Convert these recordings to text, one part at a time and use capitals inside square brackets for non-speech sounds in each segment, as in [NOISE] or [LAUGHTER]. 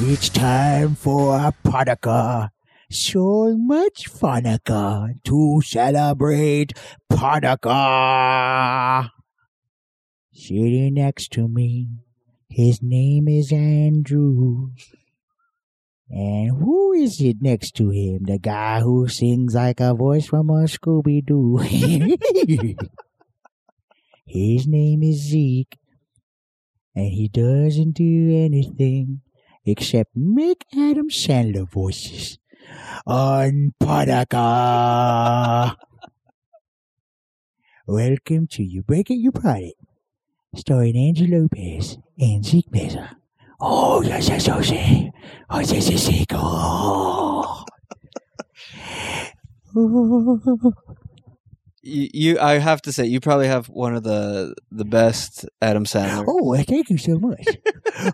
It's time for a Podaka. So much Funaka to celebrate Podaka. Sitting next to me, his name is Andrew. And who is it next to him? The guy who sings like a voice from a Scooby Doo. [LAUGHS] his name is Zeke and he doesn't do anything except make Adam Sandler voices on Podaka. Welcome to You Break It, You Pride It, starring Angela Lopez and Zeke Mesa. Oh, yes, yes, yes, yes. Oh, yes, yes, yes, oh. Oh. you, you I have to say you probably have one of the the best Adam Sandler. Oh, well, thank you so much.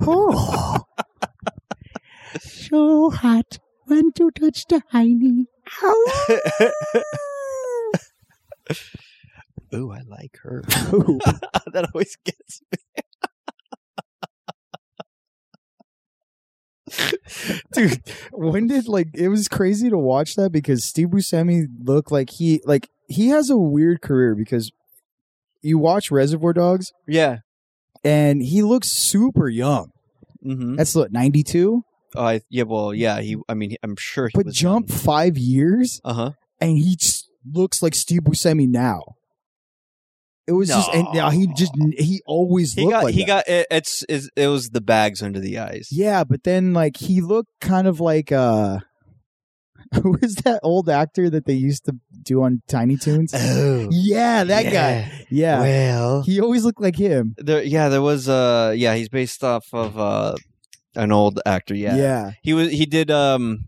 oh, so hot when to touch the hiney. Ow. Ooh, I like her. Ooh. [LAUGHS] that always gets dude when did like it was crazy to watch that because steve buscemi looked like he like he has a weird career because you watch reservoir dogs me. Yeah. and he looks super young hmm that's what 92 Oh, I, yeah. Well, yeah. He. I mean, he- I'm sure he. but jump five years Uh huh. and he just looks like steve buscemi now it was just and yeah, he just he always He looked got. like he that. got. It, it's. It, it was the bags under the eyes. Yeah, but then like he looked kind of like uh [LAUGHS] who is that old actor that they used to do on Tiny Toons? Oh. yeah, that guy. Yeah. Well. He always looked like him. There. Yeah. There was. Uh. Yeah. He's based off of uh an old actor. Yeah. He was he did um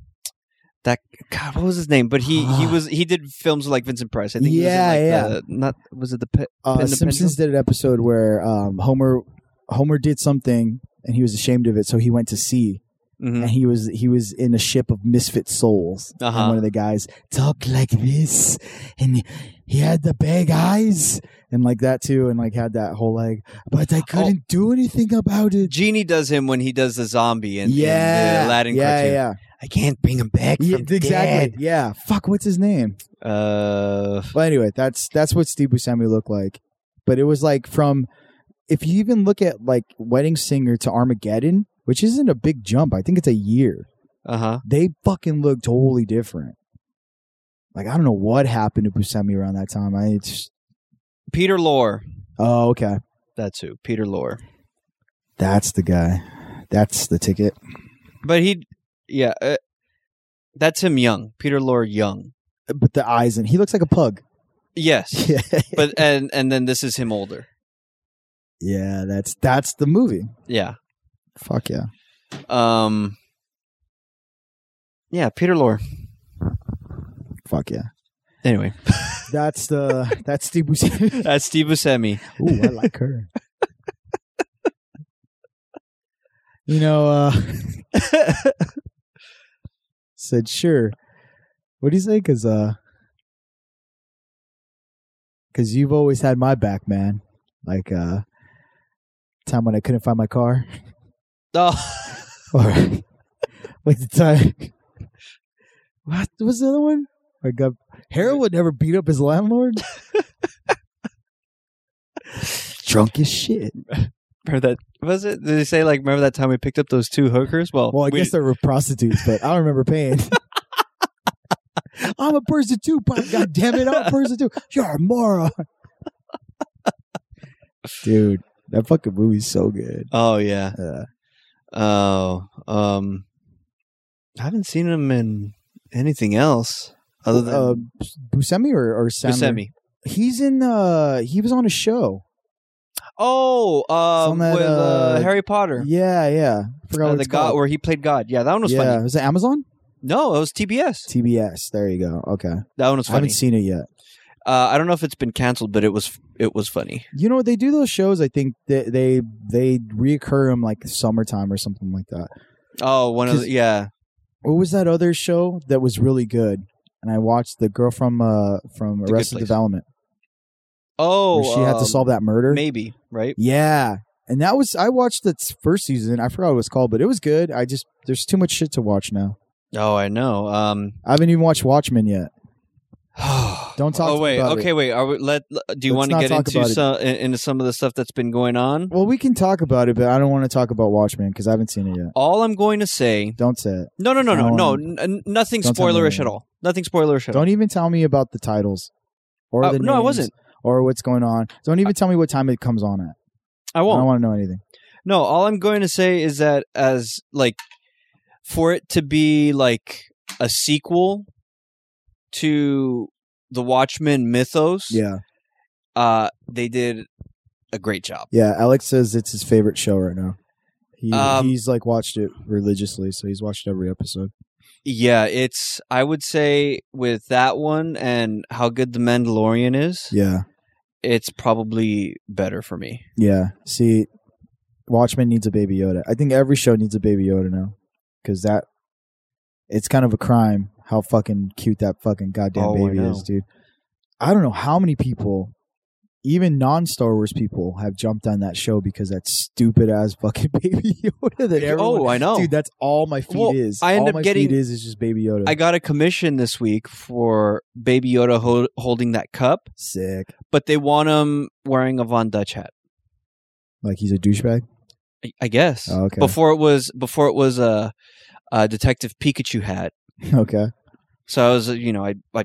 that God, what was his name? But he [SIGHS] he was he did films with, like Vincent Price. I think Yeah, he was in, yeah. like, The, not was it the pit? Uh, Pin the Simpsons did an episode where um Homer Homer did something and he was ashamed of it, so he went to sea hmm and he was he was in a ship of misfit souls. Uh-huh. And one of the guys talked like this and he had the big eyes and like that too and like had that whole like but Oh. I couldn't do anything about it. Genie does him when he does the zombie in, in yeah, the Aladdin yeah, cartoon. yeah, I can't bring him back yeah, from exactly. Yeah, fuck, what's his name? dead. Uh, But anyway, that's that's what Steve Buscemi looked like. But it was like from if you even look at like Wedding Singer to Armageddon, which isn't a big jump. I think it's a year. uh huh. They fucking look totally different. Like I don't know what happened to Buscemi around that time. I it's Peter Lorre. oh okay, That's who. Peter Lorre. that's the guy. That's the ticket. But he, yeah, uh, that's him young. Peter Lorre young. But the eyes and he looks like a pug. [LAUGHS] Yes, Yeah, but and and then this is him older. yeah, that's that's the movie. Yeah. Fuck yeah. Um. Yeah, Peter Lorre. Fuck yeah. Anyway, That's the that's Steve Buscemi. that's Steve Buscemi. [LAUGHS] Ooh, I like her. you know, uh [LAUGHS] said sure. What do you say? Cause uh, cause you've always had my back, man. Like uh, time when I couldn't find my car, [LAUGHS] Oh, or like the time. [LAUGHS] What was the other one? Like uh, Harold would never beat up his landlord. Drunk as shit. remember that? Was it? Did they say like remember that time we picked up those two hookers? Well, Well, I we- guess they were prostitutes, but I don't remember [LAUGHS] paying. I'm a person too, but god damn it, I'm a person too. You're a moron. Dude, that fucking movie's so good. Oh yeah. Uh, Oh, um, I haven't seen him in anything else other than uh, Buscemi or, or Sandler? Buscemi. He's in uh he was on a show. Oh, um, on that, with uh, uh, Harry Potter. Yeah, yeah. Forgot Uh, what the it's God, called. where he played God. Yeah, that one was yeah, funny. was it Amazon? No, it was TBS. TBS. There you go. Okay, That one was I haven't funny. seen it yet. Uh, I don't know if it's been canceled, but it was it was funny. You know what they do those shows? I think they they they reoccur them like summertime or something like that. Oh, one of 'Cause- the, yeah. What was that other show that was really good? And I watched the girl from uh from Good Arrested Place. Development. Oh, where she had to um, solve that murder. Maybe right. Yeah. And that was I watched the first season. I forgot what it was called, but it was good. I just there's too much shit to watch now. Oh, I know. Um, [SIGHS] I haven't even watched Watchmen yet. Don't talk Oh to me wait, about okay, wait. Are we, let do Let's you want to not get talk into about it. some in- into some of the stuff that's been going on? Well, we can talk about it, but I don't want to talk about Watchmen because I haven't seen it yet. All I'm going to say, Don't say it. no, no, no, no, No, no, um, n- n- nothing don't tell me spoilerish at anything. all. Nothing spoilerish at all. Don't even tell me about the titles or Uh, the no, I names wasn't. or what's going on. Don't even tell me what time it comes on at. I I won't. don't want to know anything. No, all I'm going to say is that as like for it to be like a sequel to the Watchmen mythos, Yeah, uh, they did a great job. yeah. Alex says it's his favorite show right now. He, Um, he's like watched it religiously, so he's watched every episode. Yeah, it's I would say with that one and how good the Mandalorian is, Yeah, it's probably better for me. yeah. See, Watchmen needs a Baby Yoda. I think every show needs a Baby Yoda now because that it's kind of a crime how fucking cute that fucking goddamn Oh, I baby know. is, dude. I don't know how many people, even non Star Wars people, have jumped on that show because that stupid ass fucking [LAUGHS] Baby Yoda that everyone. oh, I know. Dude, that's all my feed Well, is. I end all up my getting- feed is is just Baby Yoda. I got a commission this week for Baby Yoda ho- holding that cup, Sick. but they want him wearing a Von Dutch hat. Like he's a douchebag. [LAUGHS] I- I guess. Oh, okay. Before it was before it was a, a Detective Pikachu hat. okay. So I was uh, you know I I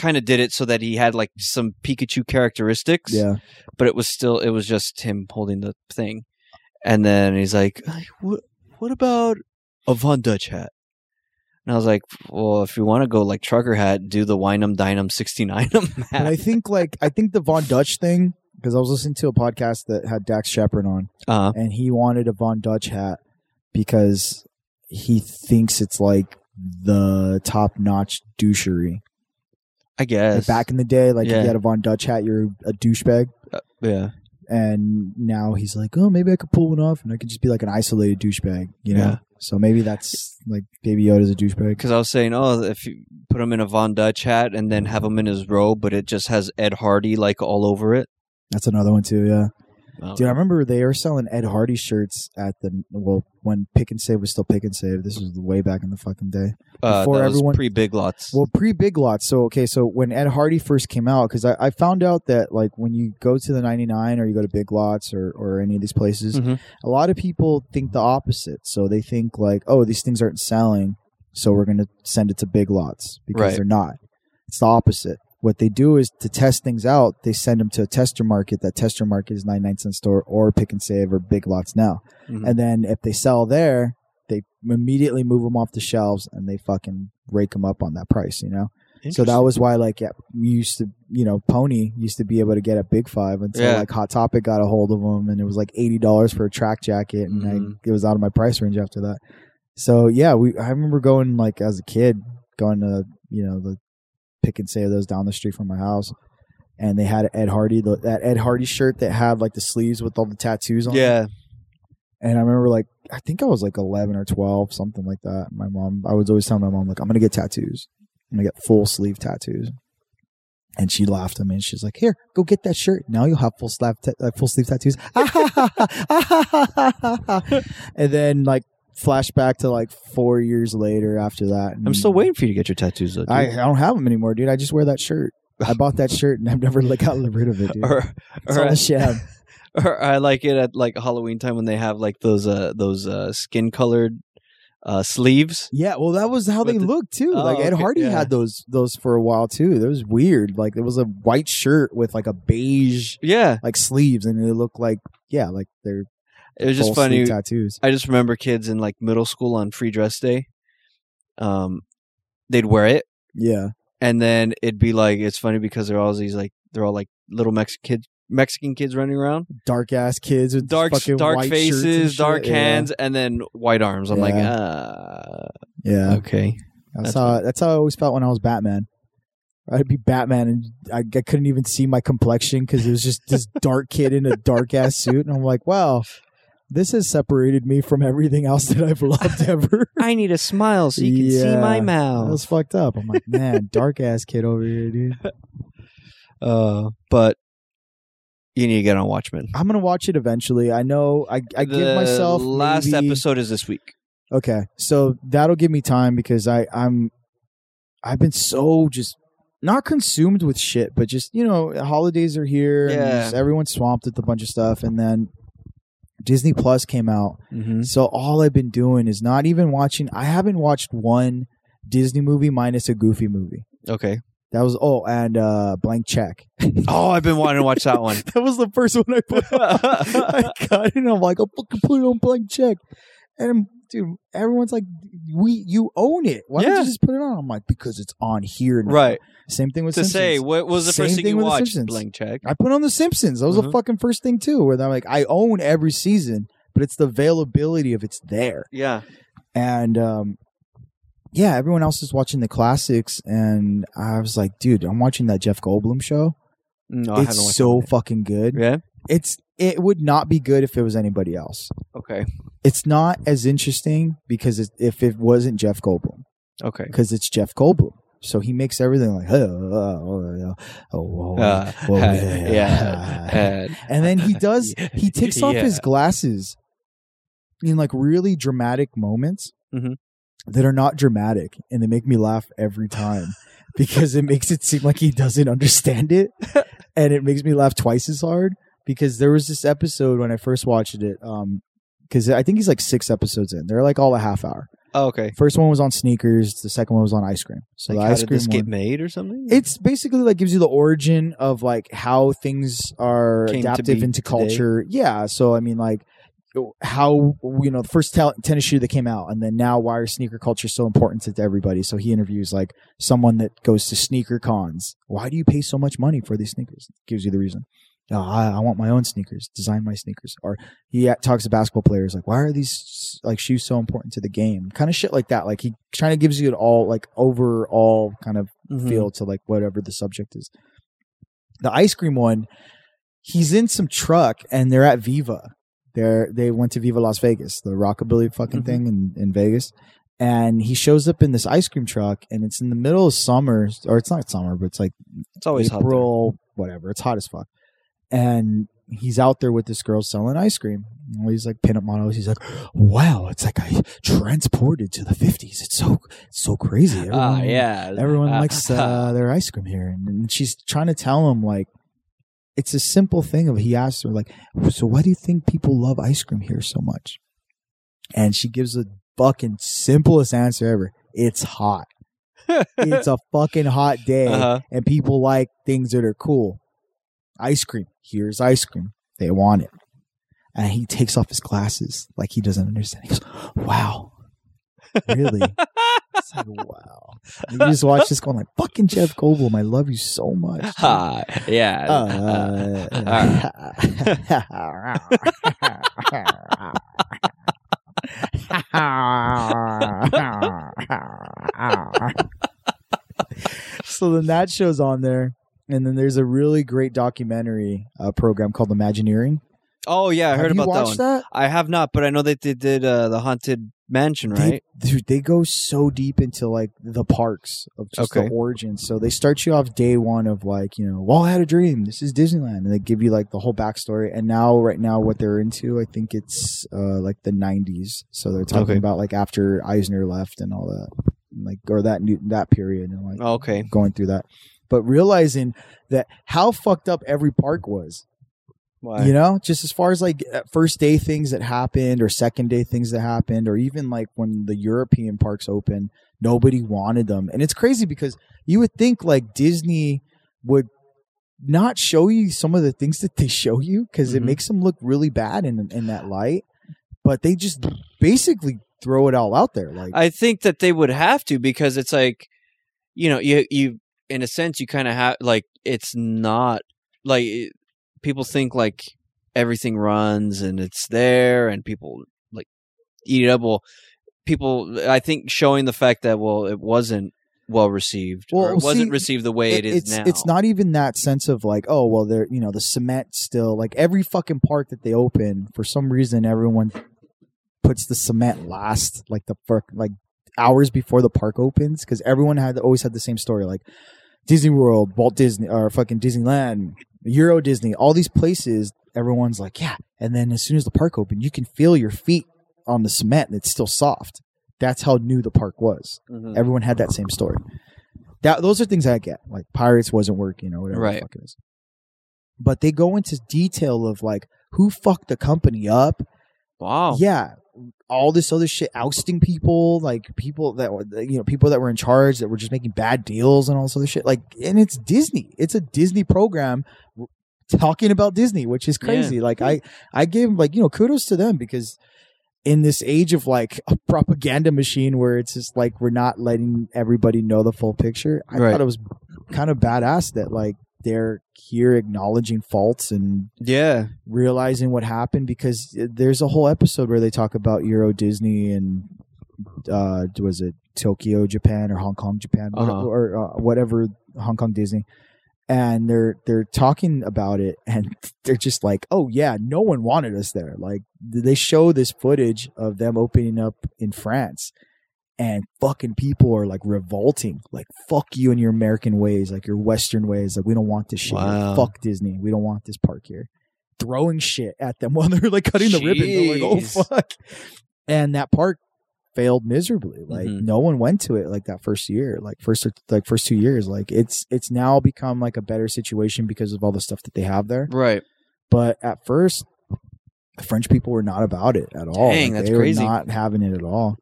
kind of did it so that he had like some Pikachu characteristics. Yeah. But it was still it was just him holding the thing, and then he's like, "Hey, "What what about a Von Dutch hat?" And I was like, "Well, if you want to go like trucker hat, do the Winum Dinum [LAUGHS] 69um And I hat." think like I think the Von Dutch thing because I was listening to a podcast that had Dax Shepard on, Uh, and he wanted a Von Dutch hat because he thinks it's like the top notch douchery. I Like guess back in the day, like Yeah. if you had a Von Dutch hat, you're a douchebag. yeah, And now he's like, oh, maybe I could pull one off, and I could just be like an isolated douchebag, you know. Yeah. So maybe that's like Baby Yoda's a douchebag. because I was saying, oh, if you put him in a Von Dutch hat and then have him in his robe, but it just has Ed Hardy like all over it. That's another one too. Yeah, Oh. dude, I remember they were selling Ed Hardy shirts at the well when Pick and Save was still Pick and Save. This was way back in the fucking day. uh, before that was everyone- pre Big Lots. Well, pre Big Lots. So okay, so when Ed Hardy first came out, because I, I found out that like when you go to the ninety nine or you go to Big Lots or or any of these places, Mhm. a lot of people think the opposite. So they think like, oh, these things aren't selling, so we're gonna send it to Big Lots because Right. they're not. It's the opposite. What they do is to test things out, they send them to a tester market. That tester market is 99 cent store or pick and save or big lots now. Mhm. And then if they sell there, they immediately move them off the shelves and they fucking rake them up on that price, you know? So that was why, like, yeah, we used to, you know, Pony used to be able to get a big five until Yeah. like Hot Topic got a hold of them, and it was like eighty dollars for a track jacket, and Mhm. I, it was out of my price range after that. So yeah, we I remember going like as a kid, going to you know the pick and save those down the street from my house, and they had Ed Hardy the, that Ed Hardy shirt that had like the sleeves with all the tattoos on. it. yeah, And I remember like I think I was like eleven or twelve, something like that. My mom I was always telling my mom, like, I'm gonna get tattoos. I'm gonna get full sleeve tattoos. And she laughed at me and she's like, Here, go get that shirt. Now you'll have full sleeve ta- uh, full sleeve tattoos. [LAUGHS] and then like flashback to like four years later after that. and- I'm still waiting for you to get your tattoos. Though, dude. I, I don't have them anymore, dude. I just wear that shirt. I bought that shirt and I've never like gotten rid of it, [LAUGHS] dude. or, it's all or, a sham. or I like it at like Halloween time when they have like those uh those uh skin colored uh sleeves. Yeah, well, that was how With they the- looked too. Oh, like Ed okay, Hardy yeah. had those those for a while too. That was weird. Like it was a white shirt with like a beige Yeah, like sleeves, and they looked like yeah, like they're it was just full sleeve funny. tattoos. I just remember kids in like middle school on free dress day, um, they'd wear it, Yeah, and then it'd be like it's funny because they're all these like they're all like little Mexican kids, Mexican kids running around, Dark ass kids with dark fucking dark white shirts and faces, shit. dark Yeah. hands, and then white arms. I'm like, Yeah. ah, Yeah, okay. that's, that's how that's how I always felt when I was Batman. I'd be Batman, and I, I couldn't even see my complexion because it was just this dark kid in a dark ass suit, and I'm like, wow, this has separated me from everything else that I've loved ever. [LAUGHS] I need a smile so you can see Yeah. my I mouth. was fucked up. I'm like, [LAUGHS] man, dark ass kid over here, dude. Uh, but you need to get on Watchmen. I'm gonna watch it eventually. I know. I I give The myself last maybe- episode is this week. Okay, so that'll give me time because I I'm I've been so just not consumed with shit, but just you know holidays are here. and Yeah. just everyone's swamped with a bunch of stuff, and then Disney Plus came out, Mm-hmm. so all I've been doing is not even watching. I haven't watched one Disney movie minus a Goofy movie. Okay. That was oh, and uh, blank check. [LAUGHS] Oh, I've been wanting to watch that one. [LAUGHS] that was the first one I put. I got it. And I'm like, I'll fucking put it on blank check. And dude, everyone's like, we you own it. Why don't Yeah. you just put it on? I'm like, because it's on here. Now. right. Same thing To with Simpsons. say, what was the Same first thing, thing you with The watched? Simpsons. Blank check. I put on the Simpsons. That was the Mhm. fucking first thing too, where I'm like, I own every season, but it's the availability of it's there. Yeah. And um, yeah, everyone else is watching the classics, and I was like, dude, I'm watching that Jeff Goldblum show. No, Oh, I haven't it's watched so that fucking good. one yet. It's it would not be good if it was anybody else. Yeah. Okay. it's not as interesting because it, if it wasn't Jeff Goldblum, Okay. because it's Jeff Goldblum, so he makes everything like oh, oh, oh, oh, oh, Uh, oh, yeah. [LAUGHS] And- and then [LAUGHS] he does he takes off Yeah. his glasses in like really dramatic moments Mhm. that are not dramatic, and they make me laugh every time [LAUGHS] because it makes it seem like he doesn't understand [LAUGHS] it, and it makes me laugh twice as hard because there was this episode when I first watched it. Um, because I think he's like six episodes in. They're like all a half hour. oh, okay. First one was on sneakers. The second one was on ice cream. So Like, the how ice did cream this one, get made or something? it's basically like gives you the origin of like how things are Came to adaptive be into today. culture. Yeah. So I mean, like how you know the first tel- tennis shoe that came out, and then now why are sneaker culture so important to everybody? So he interviews like someone that goes to sneaker cons. Why do you pay so much money for these sneakers? Gives you the reason. "Oh, I, I want my own sneakers. Design my sneakers. Or he uh, talks to basketball players like, why are these like shoes so important to the game? Kind of shit like that. Like he kind of gives you an all like overall kind of Mhm. feel to like whatever the subject is. The ice cream one, he's in some truck and they're at Viva. They're they went to Viva Las Vegas, the rockabilly fucking Mhm. thing in, in Vegas. And he shows up in this ice cream truck and it's in the middle of summer, or it's not summer, but it's like Oh, It's always hot. there. April, whatever. It's hot as fuck. And he's out there with this girl selling ice cream. And he's like pinup models. He's like, wow, it's like I transported to the fifties. It's so it's so crazy. Ah, Everyone- yeah. Everyone Ah, likes uh, their ice cream here, and, and she's trying to tell him like it's a simple thing. Of he asks her like, "So why do you think people love ice cream here so much?" And she gives the fucking simplest answer ever: "It's hot. It's a fucking hot day, Uh-huh. and people like things that are cool. Ice cream. Here's ice cream. They want it." And he takes off his glasses like he doesn't understand. He goes, "Wow, really." It's like, wow. And you just watch this going like, fucking Jeff Goldblum, I love you so much. [LAUGHS] dude." Ah, yeah. Uh, [LAUGHS] so then that show's on there. And then there's a really great documentary uh, program called Imagineering. oh, yeah. I Have heard you about that one. watched that? I have not, but I know that they did uh, the haunted mansion, right? They, dude, they go so deep into like the parks of just Okay. the origin. So they start you off day one of like, you know, well, I had a dream. This is Disneyland. And they give you like the whole backstory. And now, right now, what they're into, I think it's uh, like the 90s. So they're talking Okay. about like after Eisner left and all that, and, like, or that new, that period and like okay. going through that. But realizing that how fucked up every park was Why? you know just as far as like uh, first day things that happened or second day things that happened or even like when the european parks open nobody wanted them and it's crazy because you would think like disney would not show you some of the things that they [LAUGHS] show you because it Mhm. makes them look really bad in in that light but they just basically throw it all out there like I think that they would have to because it's like, you know, you you in a sense you kind of have like it's not like it- people think like everything runs and it's there and people like eat it up. Well, people, I think showing the fact that well, it wasn't well received or Well, it wasn't see, received the way it is it's now. it's not even that sense of like oh well they're you know the cement still like every fucking part that they open for some reason everyone puts the cement last like the fir- like hours before the park opens because everyone had always had the same story like Disney World Walt Disney or fucking Disneyland Euro Disney all these places everyone's like yeah and then as soon as the park opened you can feel your feet on the cement and it's still soft that's how new the park was Mhm. everyone had that same story. That those are things I get. Like Pirates wasn't working or whatever the Right. fuck it is. But they go into detail of like who fucked the company up. wow. Yeah. All this other shit, ousting people, like people that were, you know, people that were in charge that were just making bad deals and all this other shit. Like, and it's Disney. It's a Disney program w- talking about Disney, which is crazy. Like, I, I give like, you know, kudos to them because in this age of like a propaganda machine where it's just like we're not letting everybody know the full picture. I Right. thought it was kind of badass that like they're here acknowledging faults and Yeah. realizing what happened because there's a whole episode where they talk about Euro Disney and uh was it Tokyo Japan or Hong Kong Japan Uh-huh. or, uh, whatever Hong Kong Disney and they're they're talking about it and they're just like oh yeah no one wanted us there like they show this footage of them opening up in France and fucking people are like revolting like fuck you and your American ways like your western ways like we don't want this shit Wow. fuck Disney we don't want this park here throwing shit at them [LAUGHS] while they're like cutting the ribbon. They're like, oh Jeez. fuck. And that park failed miserably. Like Mhm. no one went to it like that first year, like first or like first two years. Like it's it's now become like a better situation because of all the stuff that they have there. Right. But at first the French people were not about it at all. Dang, Like, that's they crazy. were not having it at all.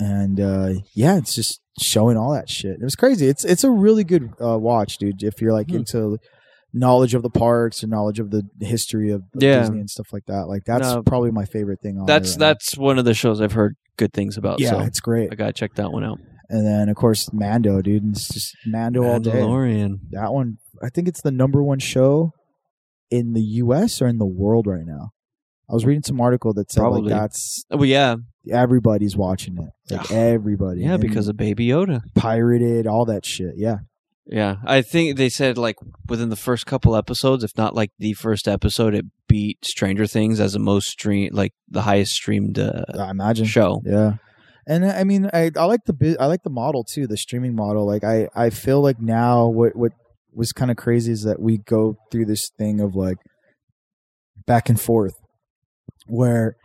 And uh yeah, it's just showing all that shit. It was crazy. It's it's a really good uh watch, dude, if you're like Hmm. into knowledge of the parks and knowledge of the history of, of Yeah. Disney and stuff like that. Like that's No. probably my favorite thing on there That's right now. that's one of the shows I've heard good things about. Oh, yeah, So it's great. I gotta check that one out. And then of course Mando, dude. It's just Mando all day Mandalorian. that one i think it's the number one show in the us or in the world right now i was reading some article that said Probably. like that's Oh yeah, everybody's watching it like everybody yeah, And because of Baby Yoda. pirated all that shit yeah Yeah, I think they said like within the first couple episodes, if not like the first episode, it beat Stranger Things as the most stream, like the highest streamed uh, i imagine show. yeah and i mean i, I like the bu- i like the model too the streaming model like i i feel like now what what was kind of crazy is that we go through this thing of like back and forth where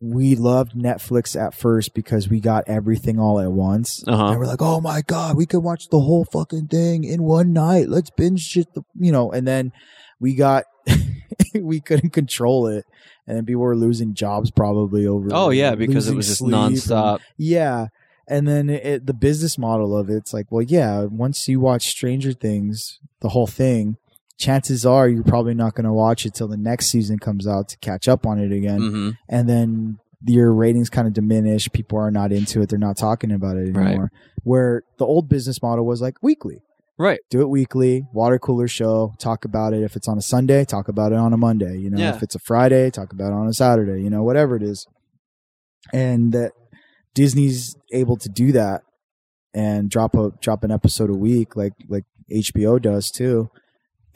we loved netflix at first because we got everything all at once Uh and huh. we're like, oh my God, we could watch the whole fucking thing in one night. Let's binge shit, the, you know. And then we got, [LAUGHS] we couldn't control it. And then people were losing jobs probably over. Oh yeah, because it losing was just sleep and- nonstop. yeah. And then it, the business model of it's like, well, yeah, once you watch Stranger Things, the whole thing, chances are you're probably not going to watch it till the next season comes out to catch up on it again hmm and then your ratings kind of diminish. People are not into it. They're not talking about it Right. anymore. Where the old business model was like weekly. Right. Do it weekly, water cooler show, talk about it. If it's on a Sunday, talk about it on a Monday. You know, Yeah. if it's a Friday, talk about it on a Saturday, you know, whatever it is. And that Disney's able to do that and drop a drop an episode a week like like HBO does too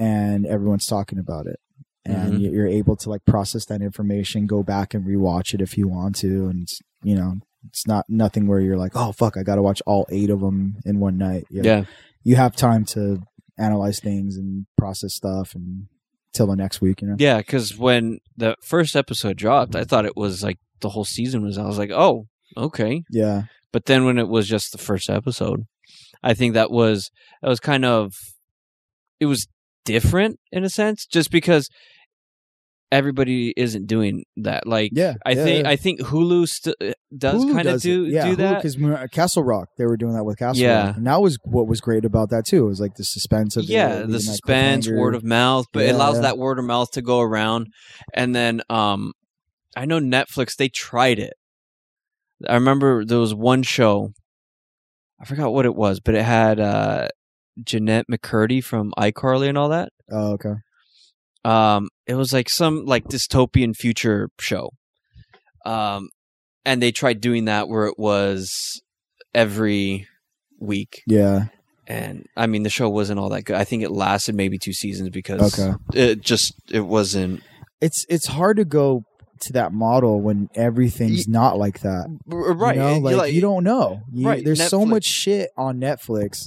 and everyone's talking about it and Mhm. you- you're able to like process that information go back and rewatch it if you want to and it's, you know it's not nothing where you're like oh fuck I got to watch all 8 of them in one night You know, Yeah. you have time to analyze things and process stuff and till the next week you know Yeah, because when the first episode dropped, I thought it was like the whole season was. I was like, oh, okay. yeah But then when it was just the first episode, I think that was that was kind of it was different in a sense, just because everybody isn't doing that. Like, yeah I think I think Hulu st- does kind of do do that. because Castle Rock they were doing that with Castle Yeah. Rock, and that was what was great about that too. It was like the suspense of yeah, the suspense, word of mouth, but it Yeah, allows yeah. that word of mouth to go around. And then um I know Netflix they tried it. I remember there was one show I forgot what it was, but it had uh Jeanette McCurdy from iCarly and all that. oh okay Um, it was like some like dystopian future show. Um, and they tried doing that where it was every week. Yeah. And I mean, the show wasn't all that good. I think it lasted maybe two seasons because Okay. it just it wasn't It's it's hard to go to that model when everything's not like that. right. You know, like, you don't know. You- Right, There's so Netflix. much shit on Netflix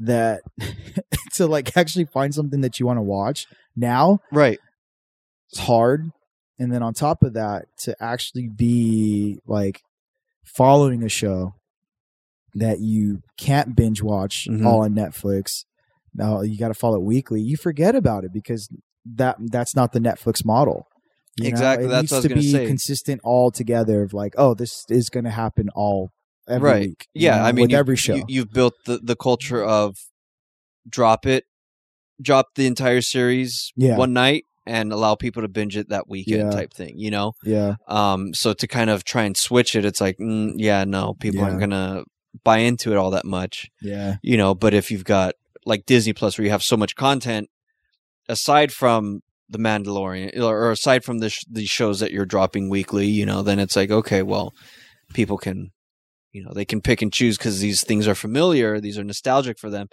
that [LAUGHS] to like actually find something that you want to watch now right. it's hard. And then on top of that, to actually be like following a show that you can't binge watch Mhm. all on Netflix. Now you got to follow it weekly. You forget about it because that that's not the Netflix model. you know? Exactly, It that's needs what I was to gonna be say. consistent all together of like, oh, this is going to happen all every Right. week. you Yeah, know, I mean, with you- every show. You, you've built the, the culture of drop it, drop the entire series Yeah. one night, and allow people to binge it that weekend Yeah. type thing. You know, yeah, um, so to kind of try and switch it, it's like, mm, yeah, no, people aren't Yeah. gonna buy into it all that much. yeah, You know, but if you've got like Disney Plus, where you have so much content aside from the Mandalorian, or or aside from the sh- the shows that you're dropping weekly, you know, then it's like, okay, well, people can you know they can pick and choose because these things are familiar these are nostalgic for them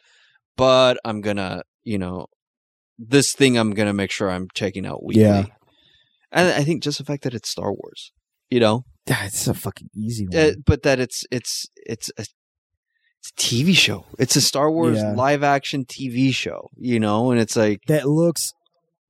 but i'm gonna you know this thing i'm gonna make sure i'm checking out weekly Yeah. and i think just the fact that it's star wars you know That's a fucking easy one. uh, but that it's it's it's a, it's a tv show it's a star wars Yeah. live action tv show you know and it's like that looks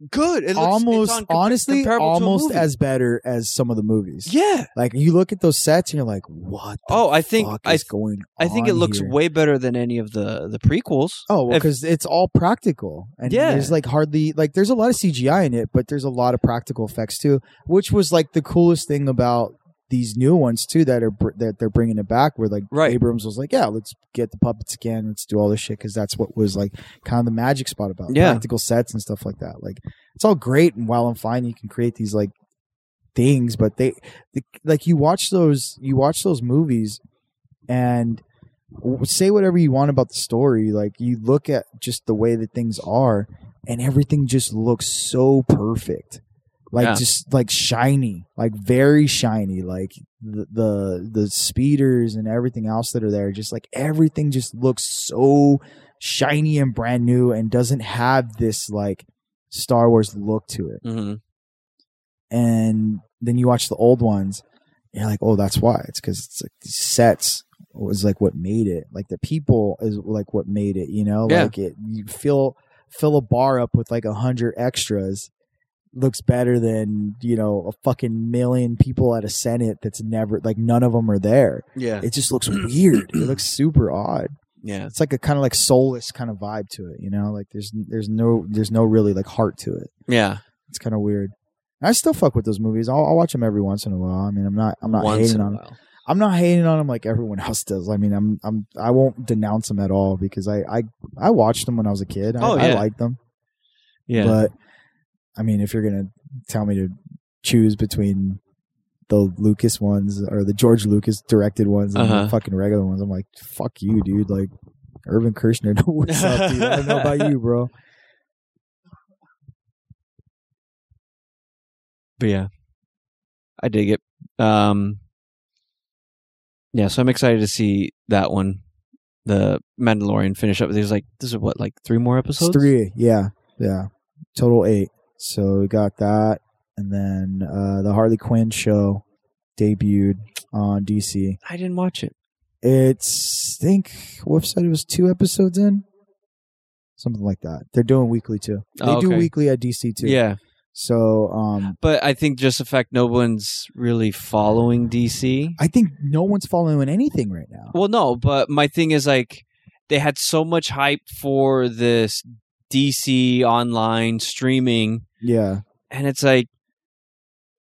good it looks, it's almost, on compa- honestly, comparable to a almost movie. as better as some of the movies. yeah Like you look at those sets and you're like, what? The Oh, I think- fuck I is th- going. i think it on looks here? way better than any of the the prequels Oh, well, if- because it's all practical, and Yeah. there's like hardly like there's a lot of CGI in it, but there's a lot of practical effects too, which was like the coolest thing about these new ones too that are br- that they're bringing it back. Where like Right. Abrams was like, yeah, let's get the puppets again, let's do all this shit because that's what was like kind of the magic spot about Yeah. practical sets and stuff like that. Like it's all great and while I'm fine, you can create these like things, but they the, like you watch those you watch those movies and w- say whatever you want about the story like you look at just the way that things are and everything just looks so perfect like Yeah. just like shiny like very shiny like the, the the speeders and everything else that are there just like everything just looks so shiny and brand new and doesn't have this like star wars look to it Mhm. and then you watch the old ones and you're like oh that's why it's because it's like these sets was like what made it like the people is like what made it you know Yeah. like it you fill fill a bar up with like a hundred extras looks better than you know a fucking million people at a senate that's never like none of them are there yeah it just looks weird it looks super odd yeah it's like a kind of like soulless kind of vibe to it you know like there's there's no there's no really like heart to it yeah it's kind of weird. I still fuck with those movies. I'll, I'll watch them every once in a while. I mean, I'm not, I'm not once in hating a on. Them. while I'm not hating on them like everyone [LAUGHS] else does. I mean, I'm, I'm, I won't denounce them at all because I, I, I watched them when I was a kid. I, Oh, I yeah. liked them, yeah but I mean, if you're gonna tell me to choose between the Lucas ones or the George Lucas directed ones and Uh-huh. the fucking regular ones, I'm like, fuck you, dude. Like, Urban Kirshner, what's up, dude? I don't know [LAUGHS] about you, bro. but yeah, I dig it. Um, yeah, so I'm excited to see that one, the Mandalorian finish up. There's like this is what like three more It's episodes. three, yeah, yeah, total eight. So we got that, and then uh, the Harley Quinn show debuted on DC. I didn't watch it. It's I think Wolf said it was two episodes in, something like that. They're doing weekly too. They Oh, do okay. weekly at DC too. Yeah, So um, but I think just the fact no one's really following DC. I think no one's following anything right now. Well, no, but my thing is like they had so much hype for this DC online streaming, Yeah, and it's like.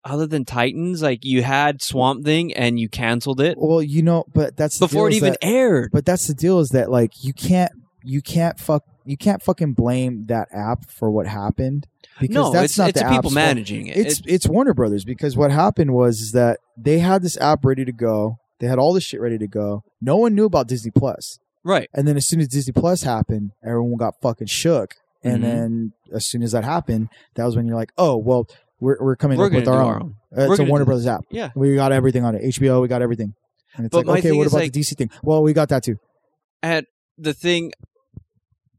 Other than Titans, like you had Swamp Thing and you canceled it. well, you know, but that's the before it deal is even that- aired. But that's the deal is that like you can't you can't fuck you can't fucking blame that app for what happened because no, that's it's, not it's the the people app's fault. managing it. It's it's Warner Brothers because what happened was is that they had this app ready to go. They had all this shit ready to go. No one knew about Disney Plus. right. And then as soon as Disney Plus happened, everyone got fucking shook And Mhm. then as soon as that happened, that was when you're like, oh, well, we're, we're coming We're up going with to our our own. own. Uh, We're it's a gonna Warner do- Brothers app. Yeah. We got everything on it. HBO, we got everything. And it's But my like, okay, thing what is, about like- the DC thing? Well, we got that too. At the thing,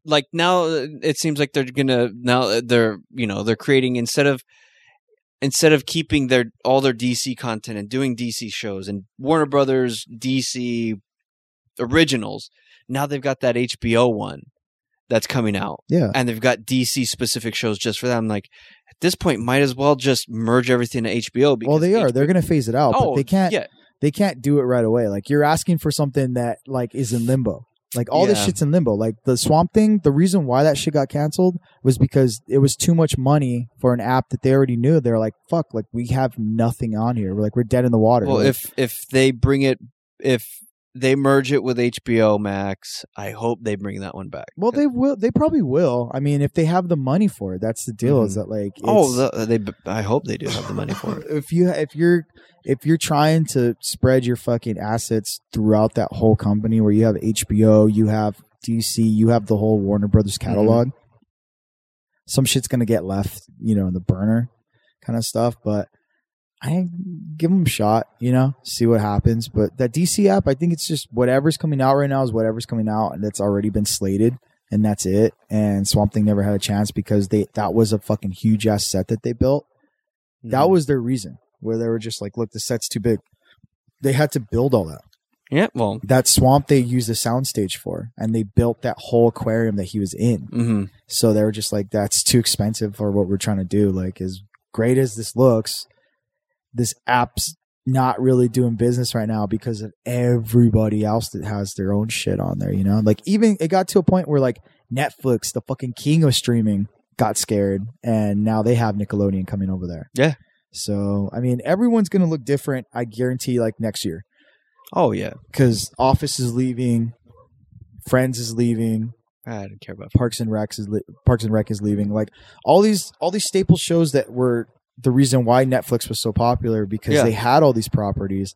like now, uh, it seems like they're gonna now uh, they're you know they're creating instead of instead of keeping their all their DC content and doing DC shows and Warner Brothers DC originals. Now they've got that HBO one that's coming out. Yeah. and they've got DC specific shows just for them. Like at this point, might as well just merge everything to HBO. Because Well, they are. HBO They're going to phase it out, but they can't. Yeah, They can't do it right away. Like you're asking for something that like is in limbo. Like all this Yeah. shit's in limbo. Like the Swamp Thing. The reason why that shit got canceled was because it was too much money for an app that they already knew. They're like, fuck. Like we have nothing on here. We're like we're dead in the water. well, Like, if if they bring it, if they merge it with HBO Max, I hope they bring that one back. well, they will. They probably will. I mean, if they have the money for it, that's the deal. Is Mhm. that like oh, it's- the, they. I hope they do have the money [LAUGHS] for it. if you if you're if you're trying to spread your fucking assets throughout that whole company where you have HBO, you have DC, you have the whole Warner Brothers Mm-hmm. catalog, some shit's gonna get left, you know, in the burner kind of stuff. But I give them a shot, you know, see what happens. But that DC app, I think it's just whatever's coming out right now is whatever's coming out, and that's already been slated. And that's it. And Swamp Thing never had a chance because they that was a fucking huge ass set that they built Hmm. that was their reason where they were just like look the set's too big they had to build all that Mm-hmm. yeah. Well, that swamp they used the soundstage for and they built that whole aquarium that he was in mhm. so they were just like that's too expensive for what we're trying to do like as great as this looks this app's not really doing business right now because of everybody else that has their own shit on there you know like even it got to a point where like netflix the fucking king of streaming got scared and now they have nickelodeon coming over there Yeah. so i mean everyone's gonna look different i guarantee like next year oh yeah. because office is leaving friends is leaving I didn't care about. Parks and Recs is li- Parks and Rec is leaving. Like all these all these staple shows that were the reason why Netflix was so popular because Yeah. they had all these properties.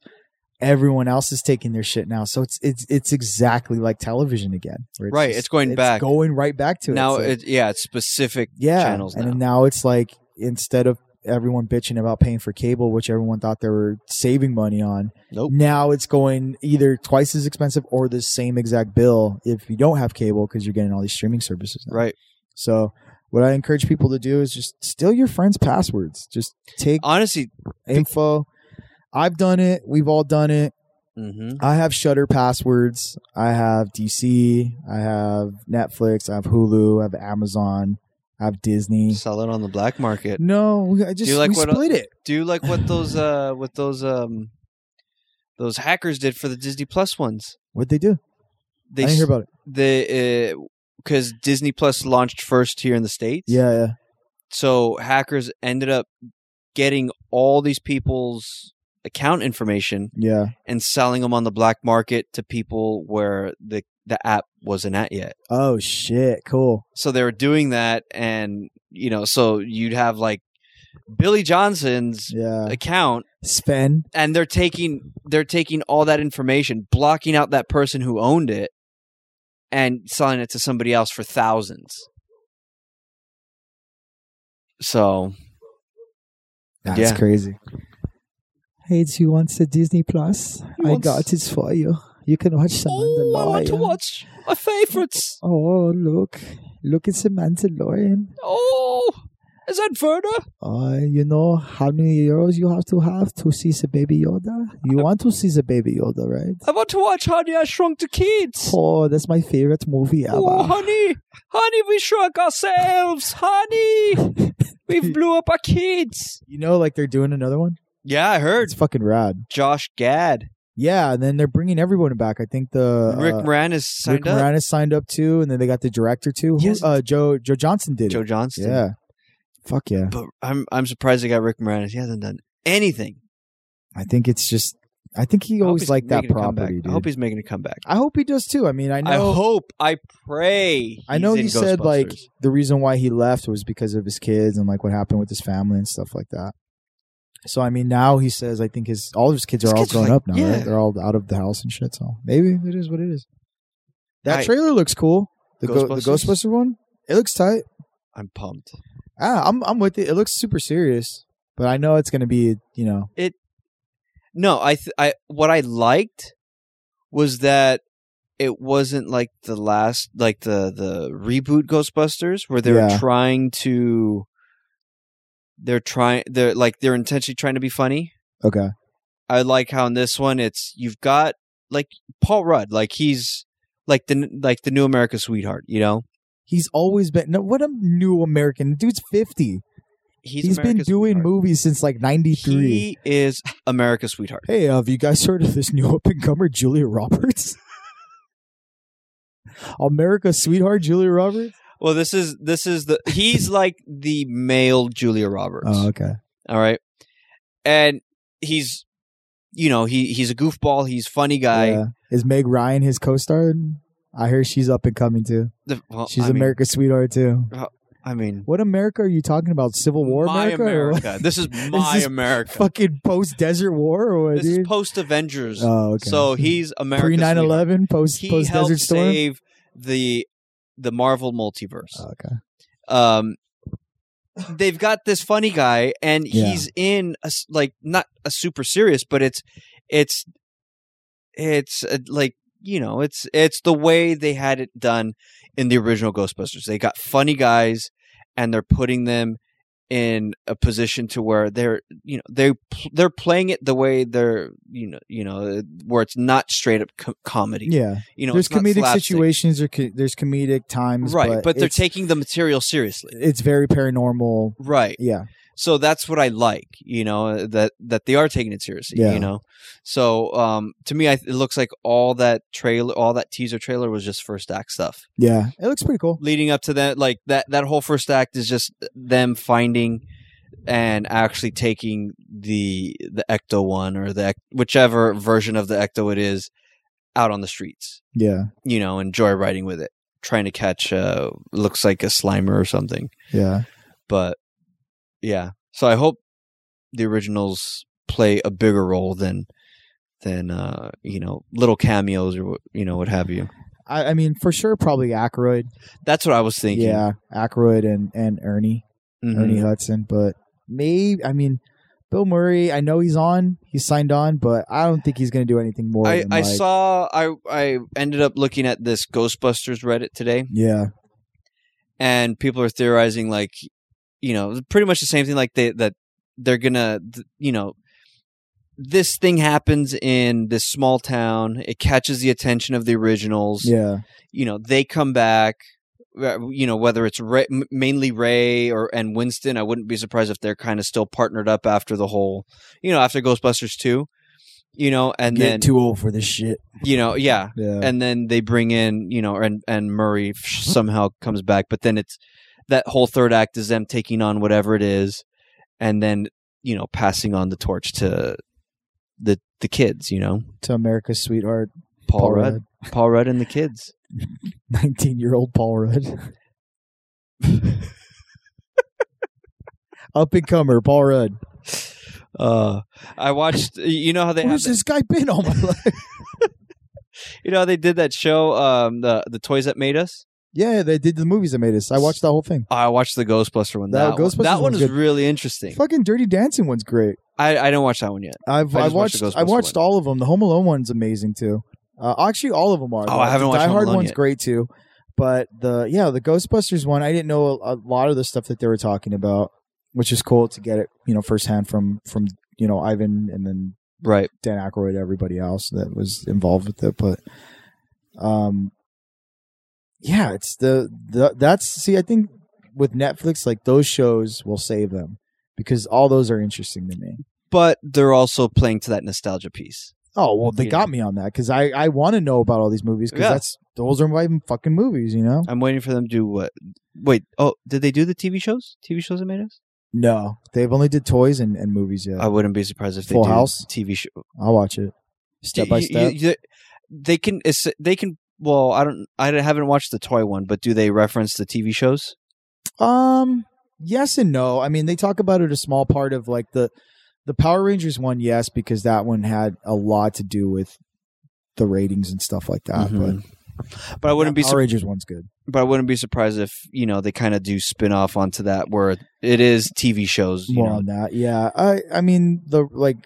Everyone else is taking their shit now, so it's it's it's exactly like television again. where Right, it's going back. going right back to it. Now It's like- it, yeah, it's specific. yeah, channels and then now it's like instead of everyone bitching about paying for cable, which everyone thought they were saving money on, Nope. now it's going either twice as expensive or the same exact bill if you don't have cable because you're getting all these streaming services. now. Right. So what I encourage people to do is just steal your friends' passwords. Just take Honestly. info. I've done it. We've all done it. hmm I have Shutter passwords. I have DC. I have Netflix. I have Hulu. I have Amazon. I have Disney. Sell it on the black market. No, we- I just you like we what- uh, split it. Do you like what those uh what those um those hackers did for the Disney Plus ones? What'd they do? They I didn't hear about it. the because Disney Plus launched first here in the states. Yeah, yeah. So hackers ended up getting all these people's account information Yeah. and selling them on the black market to people where the the app wasn't at yet. Oh shit, cool. So they were doing that, and you know, so you'd have like Billy Johnson's Yeah. account Sven. and they're taking they're taking all that information, blocking out that person who owned it, and selling it to somebody else for thousands. So That's Yeah. crazy. Hey, do you want the Disney Plus? I wants- Oh, got it for you. You can watch the watch my favorites. Oh, look. Look at the Mandalorian. Oh, is that Verda? Uh, you know how many euros you have to have to see the baby Yoda? You want to see the baby Yoda, right? I want to watch Honey I Shrunk the Kids. Oh, that's my favorite movie ever. [LAUGHS] Oh, honey, honey, we shrunk ourselves, honey. [LAUGHS] we blew up our kids. You know, like they're doing another one? Yeah, I heard It's fucking rad. Josh Gad, Yeah, and then they're bringing everyone back. I think the Rick uh, Moranis Rick signed up. Moranis signed up too, and then they got the director too. Who- Yes. uh, Joe Joe Johnson did Joe it. Johnston. Yeah. Fuck yeah. But I'm I'm surprised they got Rick Moranis. He hasn't done anything. I think it's just. I think he I hope always he's liked that making a comeback. property, I hope dude. he's making a comeback. I hope he does too. I mean, I know. I hope. I pray. I know he's in he said like Ghostbusters. the reason why he left was because of his kids and like what happened with his family and stuff like that. So I mean, now he says I think his all of his kids His are all kids are grown like- up now. right? yeah. They're all out of the house and shit. So maybe it is what it is. That I- trailer looks cool. The Ghostbusters? the Ghostbusters? Ghostbuster one, it looks tight. I'm pumped. Ah, I'm I'm with it. It looks super serious, but I know it's gonna be you know No, I th- I what I liked was that it wasn't like the last like the the reboot Ghostbusters where they were Yeah. trying to they're trying they're like they're intentionally trying to be funny. okay. I like how in this one it's you've got like Paul Rudd like he's like the like the new America sweetheart, you know? He's always been no. What a new American dude's fifty. he's been America's doing sweetheart. movies since like '93. He is America's sweetheart. Hey, have you guys heard of this new up and comer, Julia Roberts? [LAUGHS] America's sweetheart, Julia Roberts. Well, this is this is the he's like the male Julia Roberts. Oh, okay. All right. And he's you know, he he's a goofball, he's funny guy. Yeah. Is Meg Ryan his co-star? I hear she's up and coming too. The- well, She's I mean- America's sweetheart too. I mean What America are you talking about? Civil War my America? or what? America. This is my is America. [LAUGHS] Fucking post Desert War or what, this dude? is post Avengers. oh, okay. So he's America. pre 9/11, post He post helped Desert Storm. save the the Marvel multiverse. Oh, okay. um they've got this funny guy and Yeah. he's in a s like not a super serious but it's it's it's uh like you know it's it's the way they had it done in the original ghostbusters they got funny guys and they're putting them in a position to where they're you know they pl- they're playing it the way they're you know you know where it's not straight up co- comedy Yeah. you know there's it's not comedic slapstick. situations or co- there's comedic times, right But, but, they're it's- taking the material seriously It's very paranormal. right Yeah. so that's what I like, you know, uh, that that they are taking it seriously, Yeah. you know. So um, to me, I, it looks like all that trailer, all that teaser trailer was just first act stuff. Yeah. It looks pretty cool. Leading up to that, like that that whole first act is just them finding and actually taking the the Ecto one or the Ec- whichever version of the Ecto it is out on the streets, Yeah. you know, and joyriding with it, trying to catch uh, looks like a Slimer or something Yeah. but yeah so i hope the originals play a bigger role than than uh you know little cameos or what- you know what have you I, I mean, for sure, probably Aykroyd. that's what i was thinking Yeah, Aykroyd and and Ernie, Mhm. Ernie Hudson. But maybe I mean, Bill Murray. I know he's on. He's signed on, but I don't think he's going to do anything more. i than, i like- saw i i ended up looking at this ghostbusters reddit today Yeah, and people are theorizing like you know pretty much the same thing like they that they're gonna th- you know this thing happens in this small town it catches the attention of the originals yeah, you know they come back uh, you know whether it's Ray, m- mainly Ray or and Winston I wouldn't be surprised if they're kind of still partnered up after the whole you know after Ghostbusters 2 you know and then too old for this shit. you know yeah Yeah, and then they bring in you know and and Murray f- somehow comes back but then it's that whole third act is them taking on whatever it is and then you know passing on the torch to the the kids you know to America's sweetheart, Paul, Rudd Paul Rudd and the kids nineteen-year-old Paul Rudd, [LAUGHS] up and comer Paul Rudd. [LAUGHS] Uh, I watched. You know how they have. Where's this guy been all my [LAUGHS] life? You know how they did that show. Um, the the toys that made us. Oh, yeah, they did the movies that made us. I watched the whole thing. I watched the Ghostbuster one. That That, one. Ghostbusters that one one's is good. really interesting. Fucking Dirty Dancing one's great. I I don't watch that one yet. I've I I just watched watched the I Ghostbusters watched all of them. The Home Alone one's amazing too. Uh, actually, all of them are. Oh, I haven't the watched Die Home Hard Alone one's yet. great too, but the yeah the Ghostbusters one I didn't know a, a lot of the stuff that they were talking about, which is cool to get it you know firsthand from from you know Ivan and then Right. Dan Aykroyd everybody else that was involved with it, but um, yeah, it's the the that's see I think with Netflix like those shows will save them because all those are interesting to me. But they're also playing to that nostalgia piece. Oh well, they Yeah. got me on that because I I want to know about all these movies because Yeah. that's those are my fucking movies, you know. I'm waiting for them to do what? Wait. Oh, did they do the TV shows? TV shows that made us. No, they've only did toys and, and movies yet. I wouldn't be surprised if they Full do House? TV show. I'll watch it step by You- you- step. you- they can. it's- They can. Well, I don't. I haven't watched the toy one, but do they reference the TV shows? Um, yes and no. I mean, they talk about it a small part of like the the Power Rangers one, yes, because that one had a lot to do with the ratings and stuff like that. Mhm. But But I wouldn't be Power sur- Rangers one's good. but I wouldn't be surprised if you know they kind of do spin off onto that where it is TV shows. You More know, on that, yeah. I I mean the like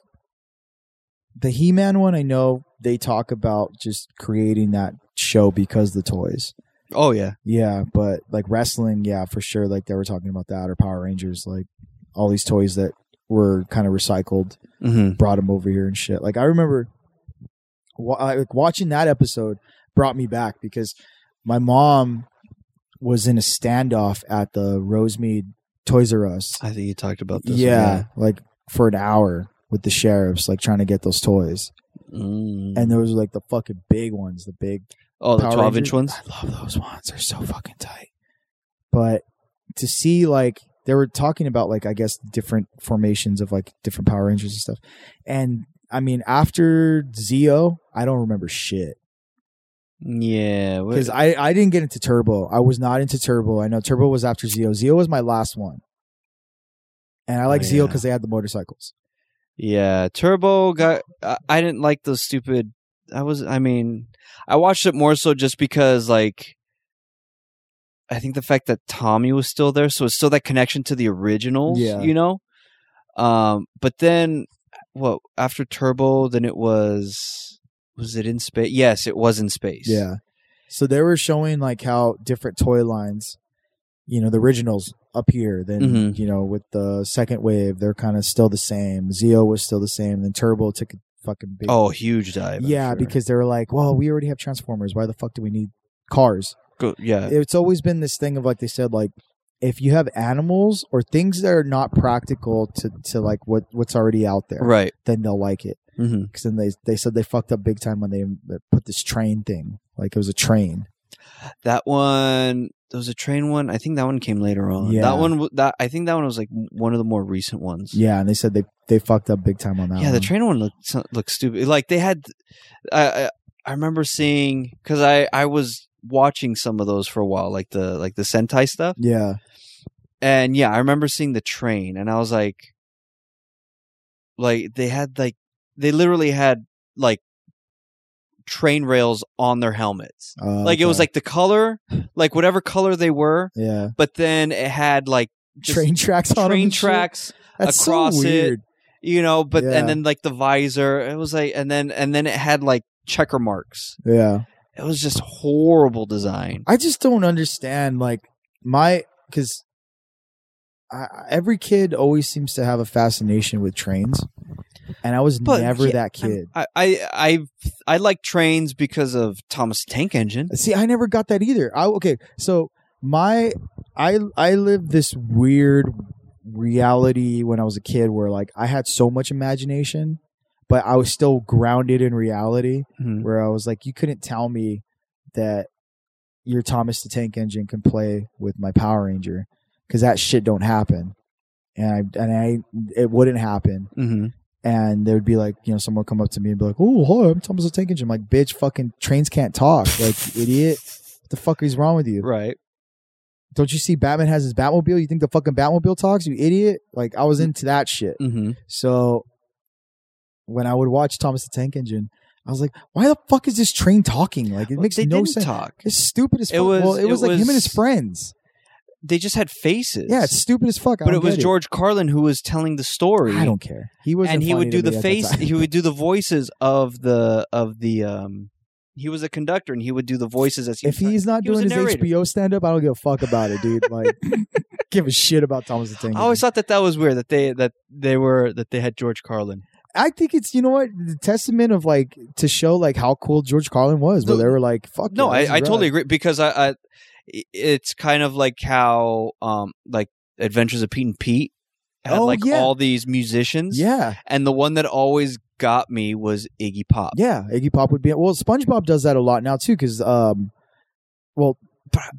the He Man one. I know they talk about just creating that show because the toys. oh yeah, Yeah, but like wrestling, yeah, for sure. Like they were talking about that or Power Rangers, like all these toys that were kind of recycled, hmm brought them over here and shit. Like I remember wa- I- like watching that episode brought me back because my mom was in a standoff at the Rosemead Toys R Us. I think you talked about this. Yeah, like for an hour with the sheriffs, like trying to get those toys. Mm. And those were like the fucking big ones, the big oh, the Power twelve Rangers. inch ones. I love those ones. They're so fucking tight. But to see like they were talking about like I guess different formations of like different Power Rangers and stuff. And I mean after Zeo, I don't remember shit Yeah, what- because I I didn't get into Turbo. I was not into Turbo. I know Turbo was after Zeo. Zeo was my last one. And I like Oh, Zeo yeah. because they had the motorcycles. yeah. Turbo got. I, I didn't like those stupid. I was. I mean, I watched it more so just because like. I think the fact that Tommy was still there, so it's still that connection to the originals, Yeah. you know. Um, but then, what after Turbo? Then it was was it in space? Yes, it was in space. Yeah. So they were showing like how different toy lines, you know, the originals up here, then Mhm. you know, with the second wave, they're kind of still the same. Zeo was still the same. Then Turbo took a fucking big Oh, huge dive. I'm yeah, sure. because they were like, well, we already have Transformers. Why the fuck do we need cars? Go- yeah, It's always been this thing of like they said, like if you have animals or things that are not practical to to like what what's already out there, right. then they'll like it. hmm Because then they they said they fucked up big time when they they put this train thing, like it was a train. That one, there was a train one. I think that one came later on. Yeah. That one, w- that I think that one was like one of the more recent ones. Yeah, and they said they they fucked up big time on that. yeah. The one. train one looked so- looked stupid. Like they had, I I, I remember seeing because I I was watching some of those for a while, like the like the Sentai stuff, Yeah, and yeah, I remember seeing the train, and I was like, like they had like they literally had like train rails on their helmets. Uh, like it was okay. like the color, like whatever color they were, yeah, but then it had like just train [LAUGHS] tracks on 'em train and shit. tracks, That's so across it. weird. you know, but Yeah. and then like the visor, it was like and then and then it had like checker marks. Yeah, It was just horrible design. I just don't understand. Like my because every kid always seems to have a fascination with trains, and I was But, never yeah, that kid. I I I, I like trains because of Thomas the Tank Engine. See, I never got that either. I okay, so my I I lived this weird reality when I was a kid where like I had so much imagination, but I was still grounded in reality Mhm. where I was like you couldn't tell me that your Thomas the Tank Engine can play with my Power Ranger cuz that shit don't happen. And I and I it wouldn't happen Mhm. and there would be like you know someone would come up to me and be like, "Oh, hi, I'm Thomas the Tank Engine." I'm like, "Bitch, fucking trains can't talk, like idiot. What the fuck is wrong with you? Right. Don't you see Batman has his Batmobile? You think the fucking Batmobile talks, you idiot? Like I was Mm. into that shit. hmm So when I would watch Thomas the Tank Engine, I was like, "Why the fuck is this train talking? Like it makes they no didn't sense. talk. It's stupid as It fuck. well, was- it it was like him and his was- friends. They just had faces. Yeah, it's stupid as fuck. I but don't it was get George Carlin who was telling the story. I don't care. He was, and he would do the face he would do the voices of the of the um he was a conductor and he would do the voices as he if he's not He was doing a his narrator. HBO stand up, I don't give a fuck about it, dude. Like, give a shit about Thomas the Tank. I always Engine. thought that that was weird that they that they were that they had George Carlin. I think it's you know what the testament of like to show like how cool George Carlin was. Where The- they were like, fuck. No, yeah, this I, I is totally rad. agree because I, I it's kind of like how um like Adventures of Pete and Pete had Oh, like yeah. all these musicians Yeah, and the one that always got me was Iggy Pop. yeah. Iggy Pop would be well. SpongeBob does that a lot now too, because um, well,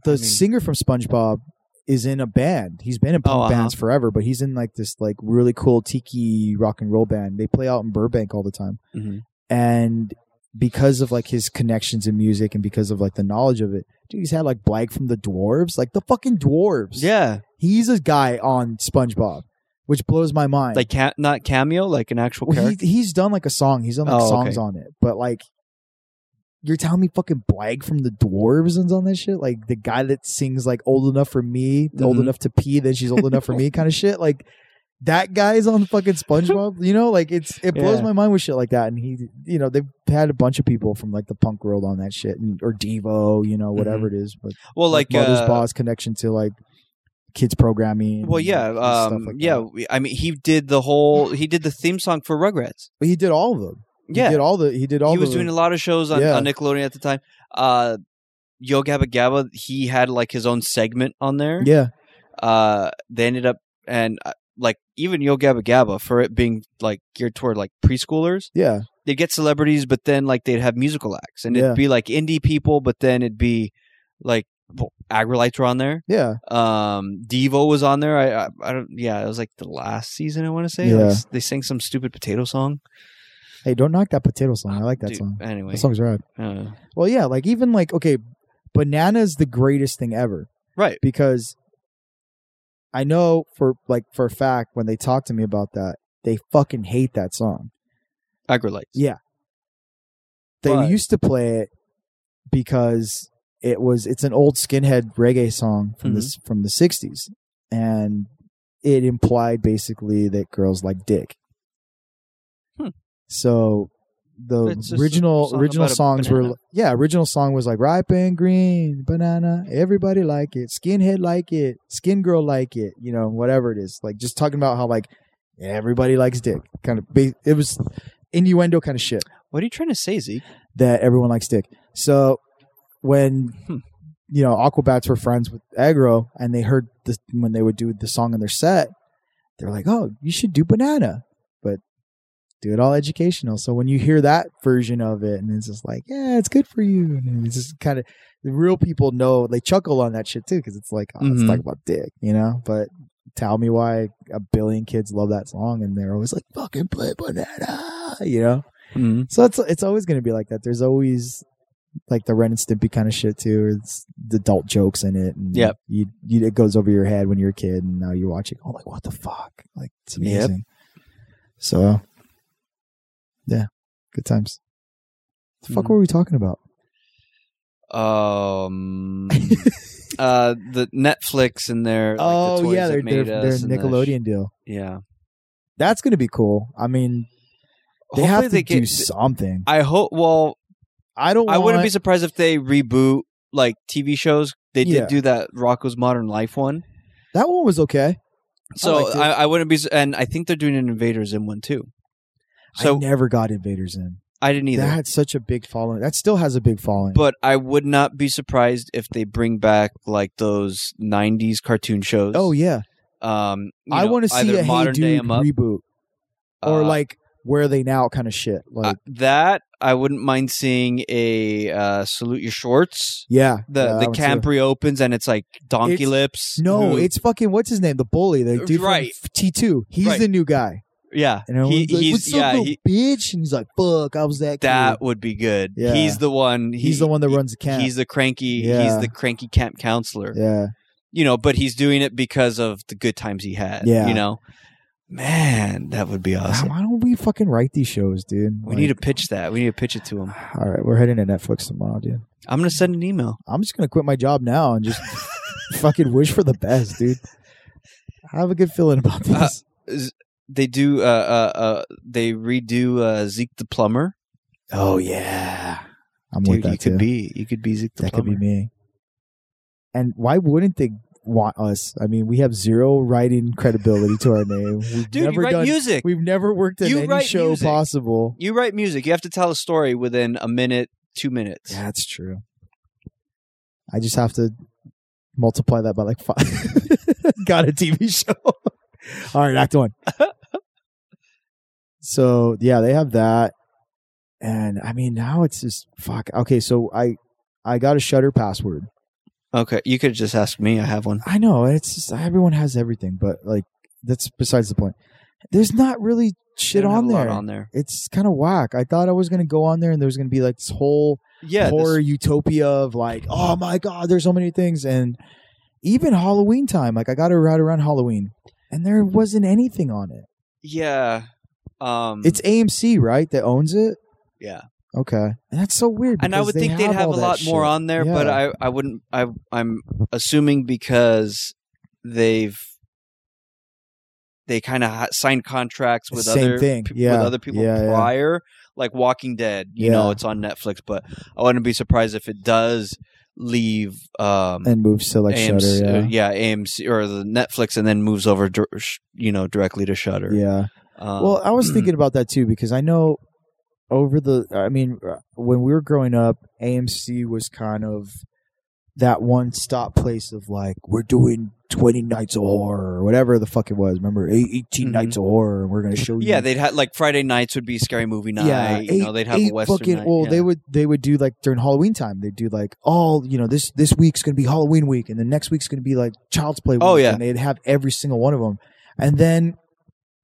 the I mean- singer from SpongeBob is in a band. He's been in punk Oh, uh-huh. bands forever, but he's in like this like really cool tiki rock and roll band. They play out in Burbank all the time. Mhm. and because of like his connections in music and because of like the knowledge of it, dude, he's had like Blake from the Dwarves, like the fucking Dwarves. Yeah, he's a guy on SpongeBob, which blows my mind. like ca- not cameo, like an actual well, character. he, he's done like a song, he's done like Oh, songs okay. on it, but like you're telling me fucking Blag from the Dwarves is on this shit? Like the guy that sings like old enough for me, old Mhm. enough to pee, then she's old enough for me kind of shit. Like that guy's on fucking SpongeBob. You know, like it's [LAUGHS] it blows Yeah. my mind with shit like that. And he you know, they've had a bunch of people from like the punk world on that shit and or Devo, you know, whatever it is. But Mm-hmm. Well, like Mother's uh, Boss connection to like kids programming. Well, and, yeah, like, stuff um, like yeah. that. we- I mean, he did the whole. He did the theme song for Rugrats. But he did all of them. Yeah, He did all the he did all he was the doing a lot of shows on, Yeah. on Nickelodeon at the time. Uh, Yo Gabba Gabba, he had like his own segment on there. Yeah. Uh, they ended up and uh, like even Yo Gabba Gabba for it being like geared toward like preschoolers, Yeah. they'd get celebrities, but then like they'd have musical acts and Yeah. it'd be like indie people, but then it'd be like well, Agrolites were on there. Yeah. Um, Devo was on there. I, I, I don't. Yeah, it was like the last season. I want to say. Yeah. Like, s- they sang some stupid potato song. Hey, don't knock that potato song. I like that Dude, song. Anyway, That song's rad. uh, Well, yeah, like even like okay, banana's the greatest thing ever right. because I know for like for a fact when they talk to me about that, they fucking hate that song. Agrolites. Yeah. They But- used to play it because it was it's an old skinhead reggae song from Mm-hmm. this from the '60s, and it implied basically that girls like dick. Hmm. So the It's just a original song original about a songs were banana. yeah original song was like ripe and green banana everybody like it skinhead like it skin girl like it you know whatever it is like just talking about how like everybody likes dick kind of ba- it was innuendo kind of shit What are you trying to say, Zeke? that everyone likes dick. So when Hmm. you know Aquabats were friends with Agro and they heard the when they would do the song in their set, they're like, "Oh, you should do Banana," but do it all educational. So when you hear that version of it, and it's just like, "Yeah, it's good for you," and it's just kind of the real people know they chuckle on that shit too because it's like, oh, "Let's Mhm. talk about dick," you know, but. Tell me why a billion kids love that song, and they're always like, "Fucking play banana," you know. Mm-hmm. So it's it's always going to be like that. There's always like the Ren and Stimpy kind of shit too. Or it's the adult jokes in it. And Yep. You, you it goes over your head when you're a kid, and now you watch it. Oh, like what the fuck? Like it's Yep. amazing. So, yeah, good times. The fuck Mhm. were we talking [LAUGHS] about? Um, [LAUGHS] uh, the Netflix and their like, the toys Oh, yeah, their that their, made their us and the sh- Nickelodeon deal. yeah. That's going to be cool. I mean, they Hopefully have to they do get- something. I hope. Well, I don't. I wouldn't be want- surprised if they reboot like TV shows. They did Yeah. do that Rocco's Modern Life one. That one was okay. So liked it. I, I, wouldn't be, s- and I think they're doing an Invaders in one too. I So never got Invaders in. I, didn't either, That had such a big following. That still has a big following. but I would not be surprised if they bring back like those '90s cartoon shows. oh yeah, um, you I know, want to see either a Hey modern day Dude 'em up reboot or uh, like where are they now kind of shit. uh, Like that. I wouldn't mind seeing a uh, salute your shorts. yeah, The yeah, that the one camp too. reopens and it's like Donkey It's- Lips. No, who- it's fucking what's his name, the bully, the dude Right. from T two. He's Right. the new guy, yeah. and everyone's like, he's- "What's up, yeah, little he- bitch?" And he's like, "Fuck, I was that." That kid." would be good. Yeah. He's the one. he's the one that runs the camp. He's the cranky. Yeah. He's the cranky camp counselor. yeah, you know, but he's doing it because of the good times he had. Yeah. You know, man, that would be God, awesome. why don't we fucking write these shows, dude? We need to Like, pitch that. We need to pitch it to him. [SIGHS] All right, we're heading to Netflix tomorrow, dude. I'm gonna send an email. I'm just gonna quit my job now [LAUGHS] and just fucking wish for the best, dude. I have a good feeling about this. Uh, They do. Uh, uh, uh they redo uh, Zeke the plumber. Oh yeah, I'm with Dude, that you could too. be. You could be Zeke the that could plumber. be me. And why wouldn't they want us? I mean, we have zero writing credibility to our name. We've Dude, never you write done. music. We've never worked in You any write show music. possible. You write music. You have to tell a story within a minute, two minutes. Yeah, that's true. I just have to multiply that by like five. [LAUGHS] Got a TV show. [LAUGHS] All right, Act [LAUGHS] One. so yeah, they have that, and I mean now it's just fuck. Okay, so I I got a Shutter password. Okay, you could just ask me. I have one. I know it's just everyone has everything, but like that's besides the point. There's not really They shit don't have on a lot there. On there. It's kind of whack. I thought I was gonna go on there and there was gonna be like this whole Yeah. horror utopia of like, oh my god, there's so many things, and even Halloween time. Like I got it right around Halloween, and there wasn't anything on it. this- yeah. Um. It's AMC, right? That owns it. yeah. Okay, and that's so weird. and I because would they think they'd have a all that lot more shit. on there, but I, I wouldn't. I, I'm assuming because they've they kind of ha- signed contracts with Same other thing, peop- yeah, with other people yeah, yeah. prior, like Walking Dead. You know, Yeah. it's on Netflix, but I wouldn't be surprised if it does leave um, and moves to like AMC, Shutter. uh, Yeah. yeah, AMC or the Netflix, and then moves over, dir- sh- you know, directly to Shutter. Yeah. Um, Well, I was thinking about that too because I know over the I mean uh, when we were growing up, AMC was kind of that one stop place of like we're doing 20 nights of horror or whatever the fuck it was. Remember eight- 18 Mhm. nights of horror and we're going to show you [CLEARS THROAT] yeah, they'd have like Friday nights would be scary movie night. you know, they'd have eight a western fucking, night. Well, yeah. they would they would do like during Halloween time. They'd do like all you know this this week's gonna be Halloween week, and the next week's gonna be like Child's Play. Week, Oh, yeah. and they'd have every single one of them, and then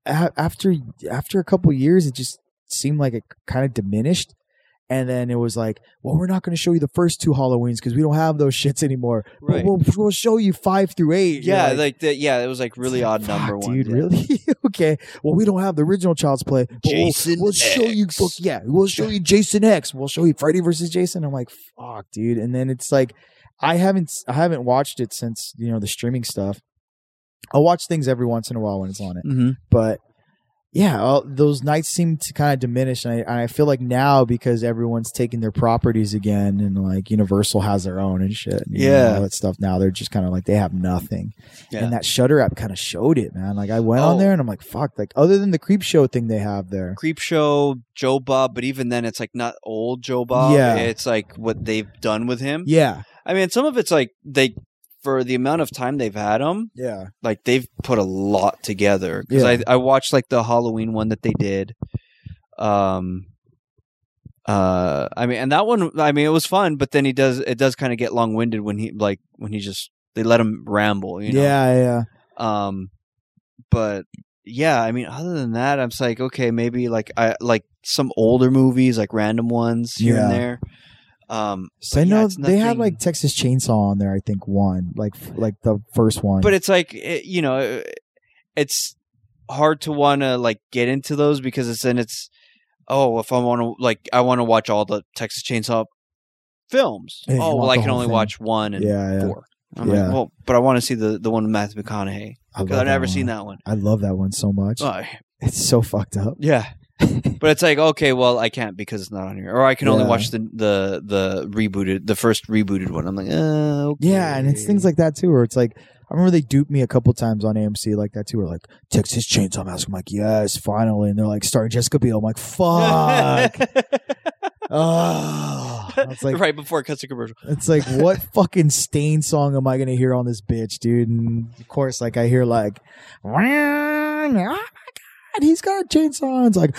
a- after after a couple years, it just seemed like it kind of diminished. And then it was like, well, we're not going to show you the first two Halloweens because we don't have those [LAUGHS] shits anymore. Right. But we'll, we'll show you five through eight. You're Yeah, like- like, the, yeah, it was like really it's like, odd number fuck, one. dude. Really? [LAUGHS] okay. Well, we don't have the original Child's Play. But we'll- Jason We'll, show you. X. fuck yeah, we'll show you Jason X. We'll show you Freddy versus Jason. I'm like, fuck, dude. And then it's like, I haven't, I haven't watched it since you know the streaming stuff. I'll watch things every once in a while when it's on it, Mm-hmm. but yeah, all, those nights seem to kind of diminish. And I, and I feel like now because everyone's taking their properties again, and like Universal has their own and shit. and, you know, Yeah. all that stuff. Now they're just kind of like they have nothing Yeah. and that Shutter app kind of showed it, man. Like I went on Oh. there and I'm like, fuck. Like other than the creep show thing they have there, Creep Show, Joe Bob, but even then, it's like not old Joe Bob. Yeah. it's like what they've done with him. yeah, I mean, some of it's like they for the amount of time they've had him, yeah, like they've put a lot together. Because Yeah. I I watched like the Halloween one that they did. Um. Uh, I mean, and that one, I mean, it was fun, but then he does, it does kind of get long winded when he, like, when he just, they let him ramble, you know? yeah, yeah. Um, but yeah, I mean, other than that, I'm just like, okay, maybe like I like some older movies, like random ones here and Yeah. there. Um, So I yeah, know it's they had nothing- like Texas Chainsaw on there. I think one, like f- like the first one. but it's like it, you know, it- it's hard to want to like get into those because it's then it's oh, if I want to like I want to watch all the Texas Chainsaw films. Yeah, you oh, want well, I the can whole only thing. watch one and yeah, yeah. four. I'm Yeah. like, well, but I want to see the the one with Matthew McConaughey I love because I've never one. seen that one. I love that one so much. Oh, It's so fucked up. [LAUGHS] Yeah. but it's like okay, well, I can't because it's not on here, or I can only Yeah. watch the the the rebooted, the first rebooted one. I'm like, uh, Yeah, and it's things okay. like that too, where it's like I remember they duped me a couple times on AMC like that too. Where like Texas Chainsaw Massacre, I'm like, yes, finally, and they're like starring Jessica Biel. I'm like, [LAUGHS] fuck, oh. It's like right before it cuts the commercial. It's like, what fucking stain song am I gonna hear on this bitch, dude? And of course, like I hear like, oh my god, he's got a chainsaw. It's like,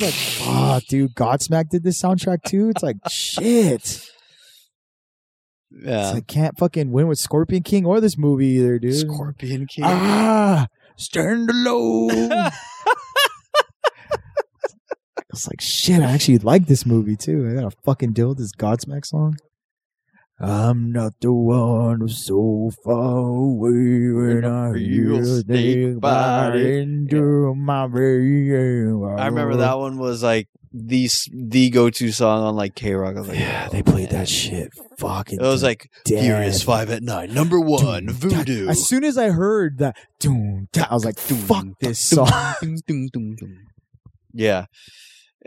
it's like, fuck, dude, Godsmack did this soundtrack too. It's like, shit, Yeah, [LAUGHS] I can't fucking win with Scorpion King or this movie either, dude. Scorpion King. [LAUGHS] Ah, stand alone. It's like shit. I actually like this movie too. I gotta fucking deal with this Godsmack song. I'm not the one who's so far away when I feel feel snake snake biting biting. through my veins. I remember that one was like the s- the go to song on like K Rock. I was like, Yeah, oh, they played man. that shit. Fucking. It was like dead. Furious Five at Nine, number one, Dun, Voodoo. As soon as I heard that, doom, da- I was like, Dun, "Fuck dun, this dun, song." [LAUGHS] dun, dun, dun, dun. Yeah.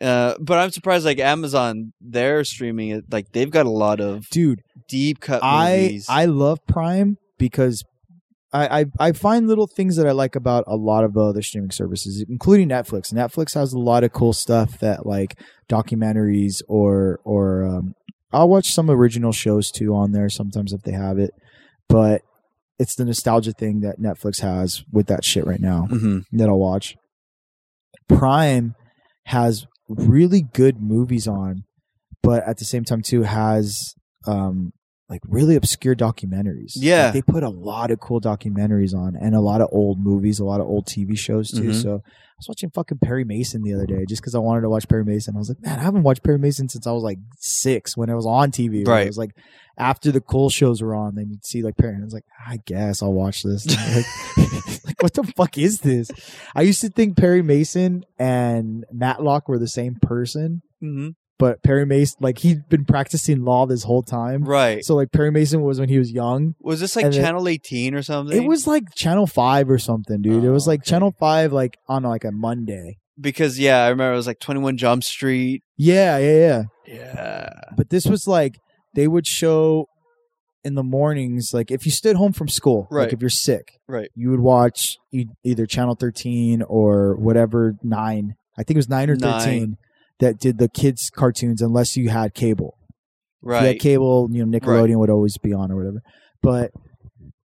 Uh, but I'm surprised, like Amazon, they're streaming it. Like they've got a lot of dude deep cut i movies. i love prime because I, I i find little things that i like about a lot of the other streaming services including netflix netflix has a lot of cool stuff that like documentaries or or um, i'll watch some original shows too on there sometimes if they have it but it's the nostalgia thing that netflix has with that shit right now Mhm. that I'll watch. Prime has really good movies on, but at the same time too has um like really obscure documentaries. Yeah. Like, they put a lot of cool documentaries on and a lot of old movies, a lot of old TV shows too. Mhm. So I was watching fucking Perry Mason the other day just because I wanted to watch Perry Mason. I was like, man, I haven't watched Perry Mason since I was like six when it was on TV. When Right. It was like after the cool shows were on, then you'd see like Perry. And I was like, I guess I'll watch this. [LAUGHS] Like, like, what the fuck is this? I used to think Perry Mason and Matlock were the same person, hmm but Perry Mason, like he'd been practicing law this whole time. Right. So like Perry Mason was when he was young. Was this like and then- Channel 18 or something? It was like Channel Five or something, dude. it Oh, was like okay. Channel Five, like on like a Monday. because yeah, I remember it was like 21 Jump Street. Yeah, yeah, yeah. Yeah. But this was like they would show in the mornings, like if you stood home from school, Right. like if you're sick, Right. you would watch e- either Channel 13 or whatever nine. I think it was nine or Nine. 13 that did the kids' cartoons, unless you had cable. Yeah, Right. cable, you know, Nickelodeon would always be on or whatever. But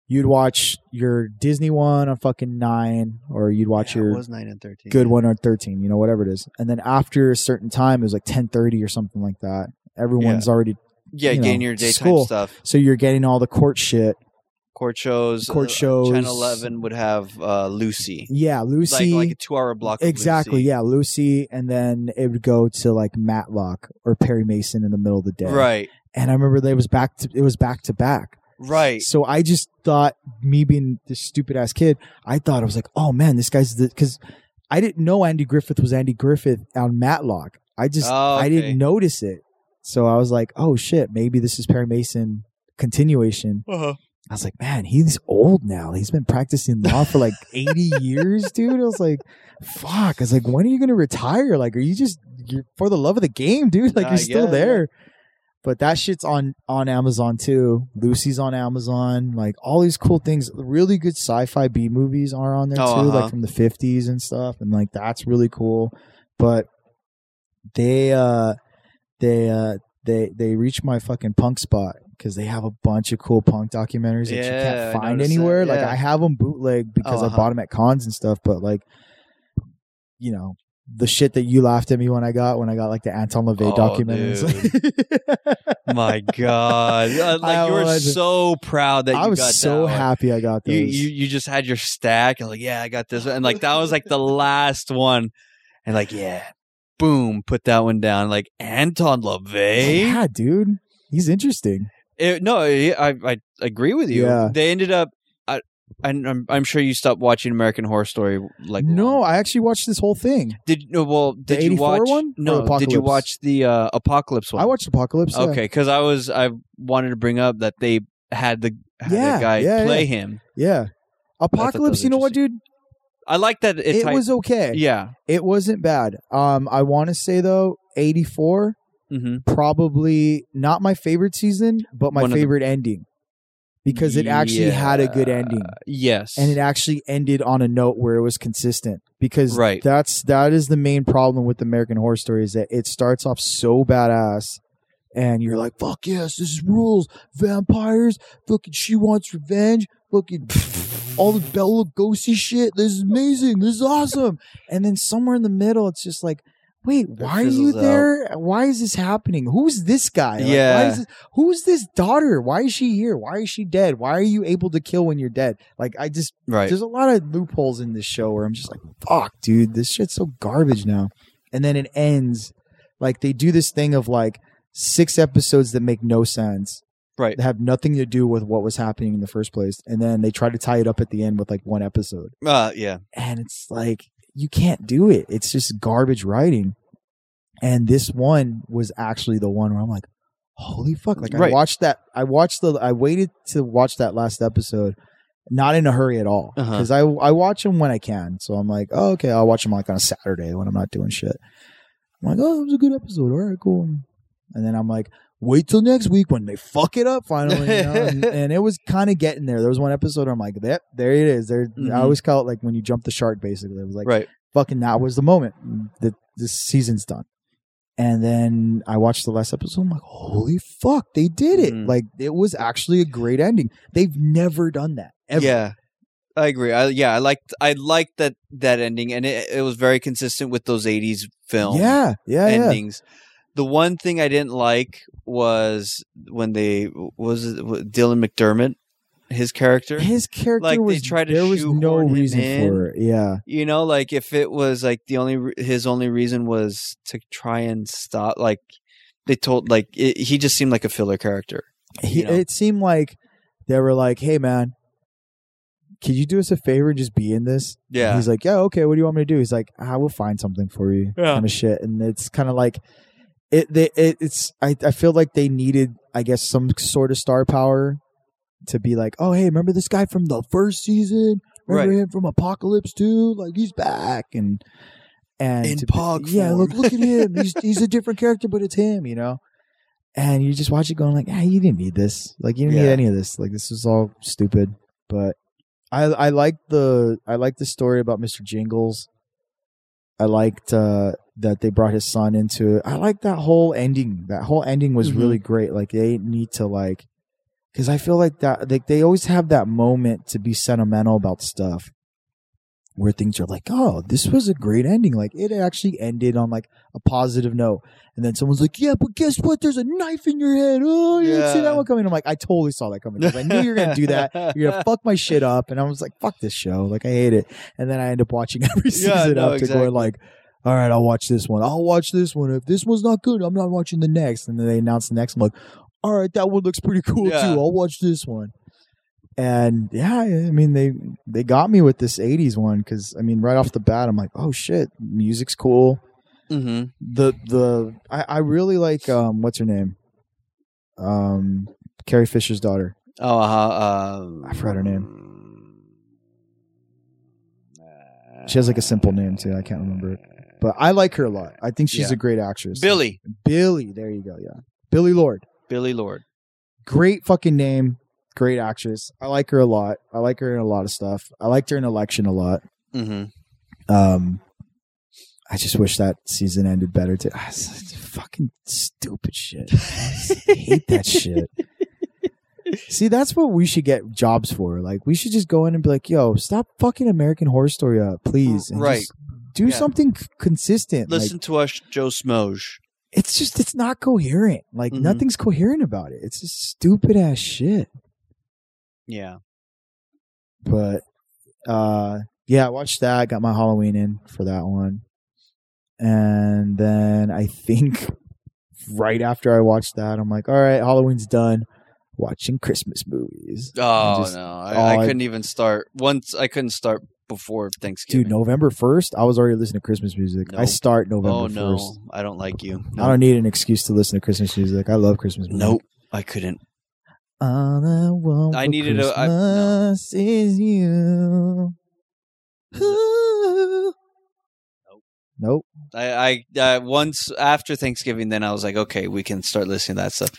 you'd watch your Disney one on fucking nine, or you'd watch Yeah, it your was 9 and 13. good one on thirteen, you know, whatever it is. And then after a certain time, it was like ten thirty or something like that. Everyone's already Yeah, you getting know, your daytime school. stuff. so you're getting all the court shit. Court shows. Court uh, shows. Channel 11 would have uh, Lucy. Yeah, Lucy. Like, like a two hour block. of exactly. Lucy. Yeah, Lucy, and then it would go to like Matlock or Perry Mason in the middle of the day. Right. And I remember they was back. To, it was back to back. Right. So I just thought, me being this stupid ass kid, I thought I was like, oh man, this guy's the because I didn't know Andy Griffith was Andy Griffith on Matlock. I just Oh, I okay. didn't notice it. So I was like, oh shit, maybe this is Perry Mason continuation. Uh-huh. I was like, man, he's old now. He's been practicing law for [LAUGHS] like 80 years, dude. I was like, fuck. I was like, when are you going to retire? Like, are you just you're for the love of the game, dude? Like, Nah, you're still yeah, there. But that shit's on on Amazon too. Lucy's on Amazon. Like all these cool things. Really good sci-fi B movies are on there Oh, too, uh-huh. like from the 50s and stuff. And like that's really cool. But they uh they uh they they reach my fucking punk spot because they have a bunch of cool punk documentaries that you Yeah, I can't find noticed that, anywhere. Like yeah. I have them bootleg because Uh-huh. I bought them at cons and stuff. But like, you know, the shit that you laughed at me when I got when I got like the Anton LaVey Oh, documentaries. [LAUGHS] My God. Uh, Like, I you were was- so proud that you I was got so that one. happy I got those. You, you you just had your stack and like yeah I got this one. and like that was like [LAUGHS] the last one and like yeah boom put that one down like Anton LaVey yeah, dude, he's interesting. It- Eh, no, I, I I agree with you. Yeah. They ended up. I, I I'm, I'm sure you stopped watching American Horror Story. Like no, I actually watched this whole thing. did no, well did you 84 watch one or no? Did you Apocalypse? watch the uh, Apocalypse one? I watched Apocalypse. yeah. Okay, because I was I wanted to bring up that they had the had Yeah, the guy yeah, play yeah. him. yeah, was Apocalypse. You know what, dude? I like that. It, It type- was okay. yeah. It wasn't bad. Um, I want to say though, eighty four. hmm probably not my favorite season, but my One of the- favorite ending because it actually had a good Yeah. ending Yes, and it actually ended on a note where it was consistent because Right. that's that is the main problem with American Horror Story is that it starts off so badass and you're like fuck yes this is rules vampires fucking she wants revenge fucking [LAUGHS] all the Bella Lugosi shit this is amazing this is awesome and then somewhere in the middle it's just like wait why are you fizzles out. there why is this happening who's this guy Like, Yeah. why is this- who's this daughter? Why is she here? Why is she dead? Why are you able to kill when you're dead? Like I just right. there's a lot of loopholes in this show where I'm just like, fuck, dude, this shit's so garbage now. And then it ends like they do this thing of like six episodes that make no sense. Right. That have nothing to do with what was happening in the first place. And then they try to tie it up at the end with like one episode. Uh, yeah. And it's like, you can't do it. It's just garbage writing. And this one was actually the one where I'm like, holy fuck. Like Right. I watched that. I watched the, I waited to watch that last episode, not in a hurry at all. Uh-huh. Cause I, I watch them when I can. So I'm like, oh, okay, I'll watch them like on a Saturday when I'm not doing shit. I'm like, oh, it was a good episode. All right, cool. And then I'm like, wait till next week when they fuck it up finally. you know? and, [LAUGHS] and it was kind of getting there. There was one episode where I'm like, that there it is. There, I Mhm. always call it like when you jump the shark. Basically, it was like, right. fucking, that was the moment that this season's done. And then I watched the last episode. I'm like, holy fuck, they did it! Mhm. Like it was actually a great ending. They've never done that ever. Yeah, I agree. I, yeah, I liked I liked that that ending, and it, it was very consistent with those '80s film yeah, yeah, yeah. endings. The one thing I didn't like was when they was it Dylan McDermott, his character. His character Like, they was tried to there was no shoehorn him reason in. for it. Yeah, You know, like if it was like the only re- his only reason was to try and stop. Like they told, like it, he just seemed like a filler character. he, You know? it seemed like they were like, "Hey, man, could you do us a favor and just be in this?" Yeah, He's like, "Yeah, okay. What do you want me to do?" He's like, "I will find something for you." Yeah. Kind of shit, and it's kind of like it. They it, it's I I feel like they needed I guess some sort of star power to be like, "Oh, hey, remember this guy from the first season? Remember Right. him from Apocalypse too? Like he's back and." And In to be- pog yeah, form. look, look at him. [LAUGHS] He's he's a different character, but it's him, you know. And you just watch it going like, ah, you didn't need this. Like you didn't need Yeah. any of this. Like this is all stupid. But I I like the I like the story about Mr. Jingles. I liked uh, that they brought his son into it. I like that whole ending. That whole ending was Mhm. really great. Like they need to like because I feel like that like they always have that moment to be sentimental about stuff where things are like, oh, this was a great ending. Like it actually ended on like a positive note. And then someone's like, yeah, but guess what? There's a knife in your head. Oh, you didn't see that Yeah. one coming. I'm like, I totally saw that coming. 'cause I knew you were gonna do that. You're [LAUGHS] gonna fuck my shit up. And I was like, fuck this show. Like I hate it. And then I end up watching [LAUGHS] every season Yeah, no, after exactly. going like, all right, I'll watch this one. I'll watch this one. If this one's not good, I'm not watching the next. And then they announce the next. I'm like, all right, that one looks pretty cool Yeah. too. I'll watch this one. And yeah, I mean they they got me with this '80s one because I mean right off the bat I'm like, oh shit, music's cool. hmm The the I, I really like um what's her name, um Carrie Fisher's daughter. Oh, um, uh, um, I forgot her She has like a simple name too. I can't remember it, but I like her a lot. I think she's Yeah. a great actress. Billy, Billy. There you go. Yeah, Billy Lord. Billy Lord. Great fucking name. Great actress. I like her a lot. I like her in a lot of stuff. I liked her in Election a lot. Mm-hmm. hmm Um, I just wish that season ended better too. Ah, it's- it's fucking stupid shit. I hate [LAUGHS] that shit. See, that's what we should get jobs for. Like, we should just go in and be like, "Yo, stop fucking American Horror Story up, please." and Right. just Do Yeah. something c- consistent. Like, Listen to us, Joe Smoge. it's just it's not coherent. Like Mhm. nothing's coherent about it. It's just stupid ass shit. Yeah. But uh yeah, I watched that, got my Halloween in for that one. And then I think [LAUGHS] right after I watched that, I'm like, all right, Halloween's done. Watching Christmas movies. Oh just- no, I, oh, I I- couldn't even start. Once I couldn't start before Thanksgiving. Dude, November 1st, I was already listening to Christmas music. I Nope. start November Oh no, 1st. I don't like you. I don't need an excuse to listen to Christmas music. I love Christmas music. Nope, I couldn't. All I want I for needed a- I- no. Christmas is you. Ooh. Nope. I, I uh, once after Thanksgiving, then I was like, okay, we can start listening to that stuff.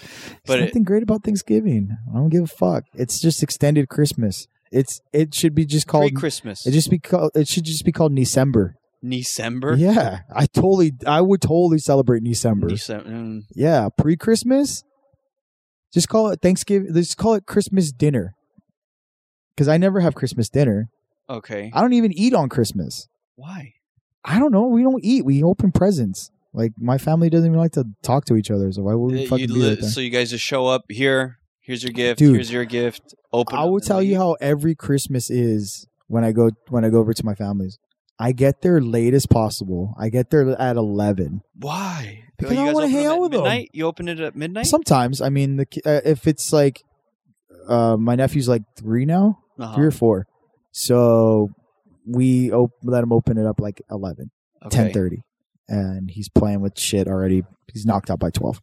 But There's it, nothing great about Thanksgiving. I don't give a fuck. It's just extended Christmas. It's it should be just called. pre Christmas, It just be called. It should just be called December. December, Yeah, I totally. I would totally celebrate December. December. mm, Yeah, pre Christmas. Just call it Thanksgiving. Let's call it Christmas dinner. Because I never have Christmas dinner. okay, I don't even eat on Christmas. why? I don't know. We don't eat. We open presents. Like my family doesn't even like to talk to each other. So why would Uh, we you fucking be li- right there? so you guys just show up here. Here's your gift. Dude, here's your gift. Open. I will up and tell you leave. how every Christmas is when I go when I go over to my family's. I get there late as possible. I get there at eleven. why. Because you I guys wanna open hang them out at with them. midnight? You open it at midnight. Sometimes, I mean, the, ki- uh, if it's like uh, my nephew's like three now, Uh-huh. three or four, so we op- let him open it up like eleven. Okay. ten thirty, and he's playing with shit already. He's knocked out by twelve.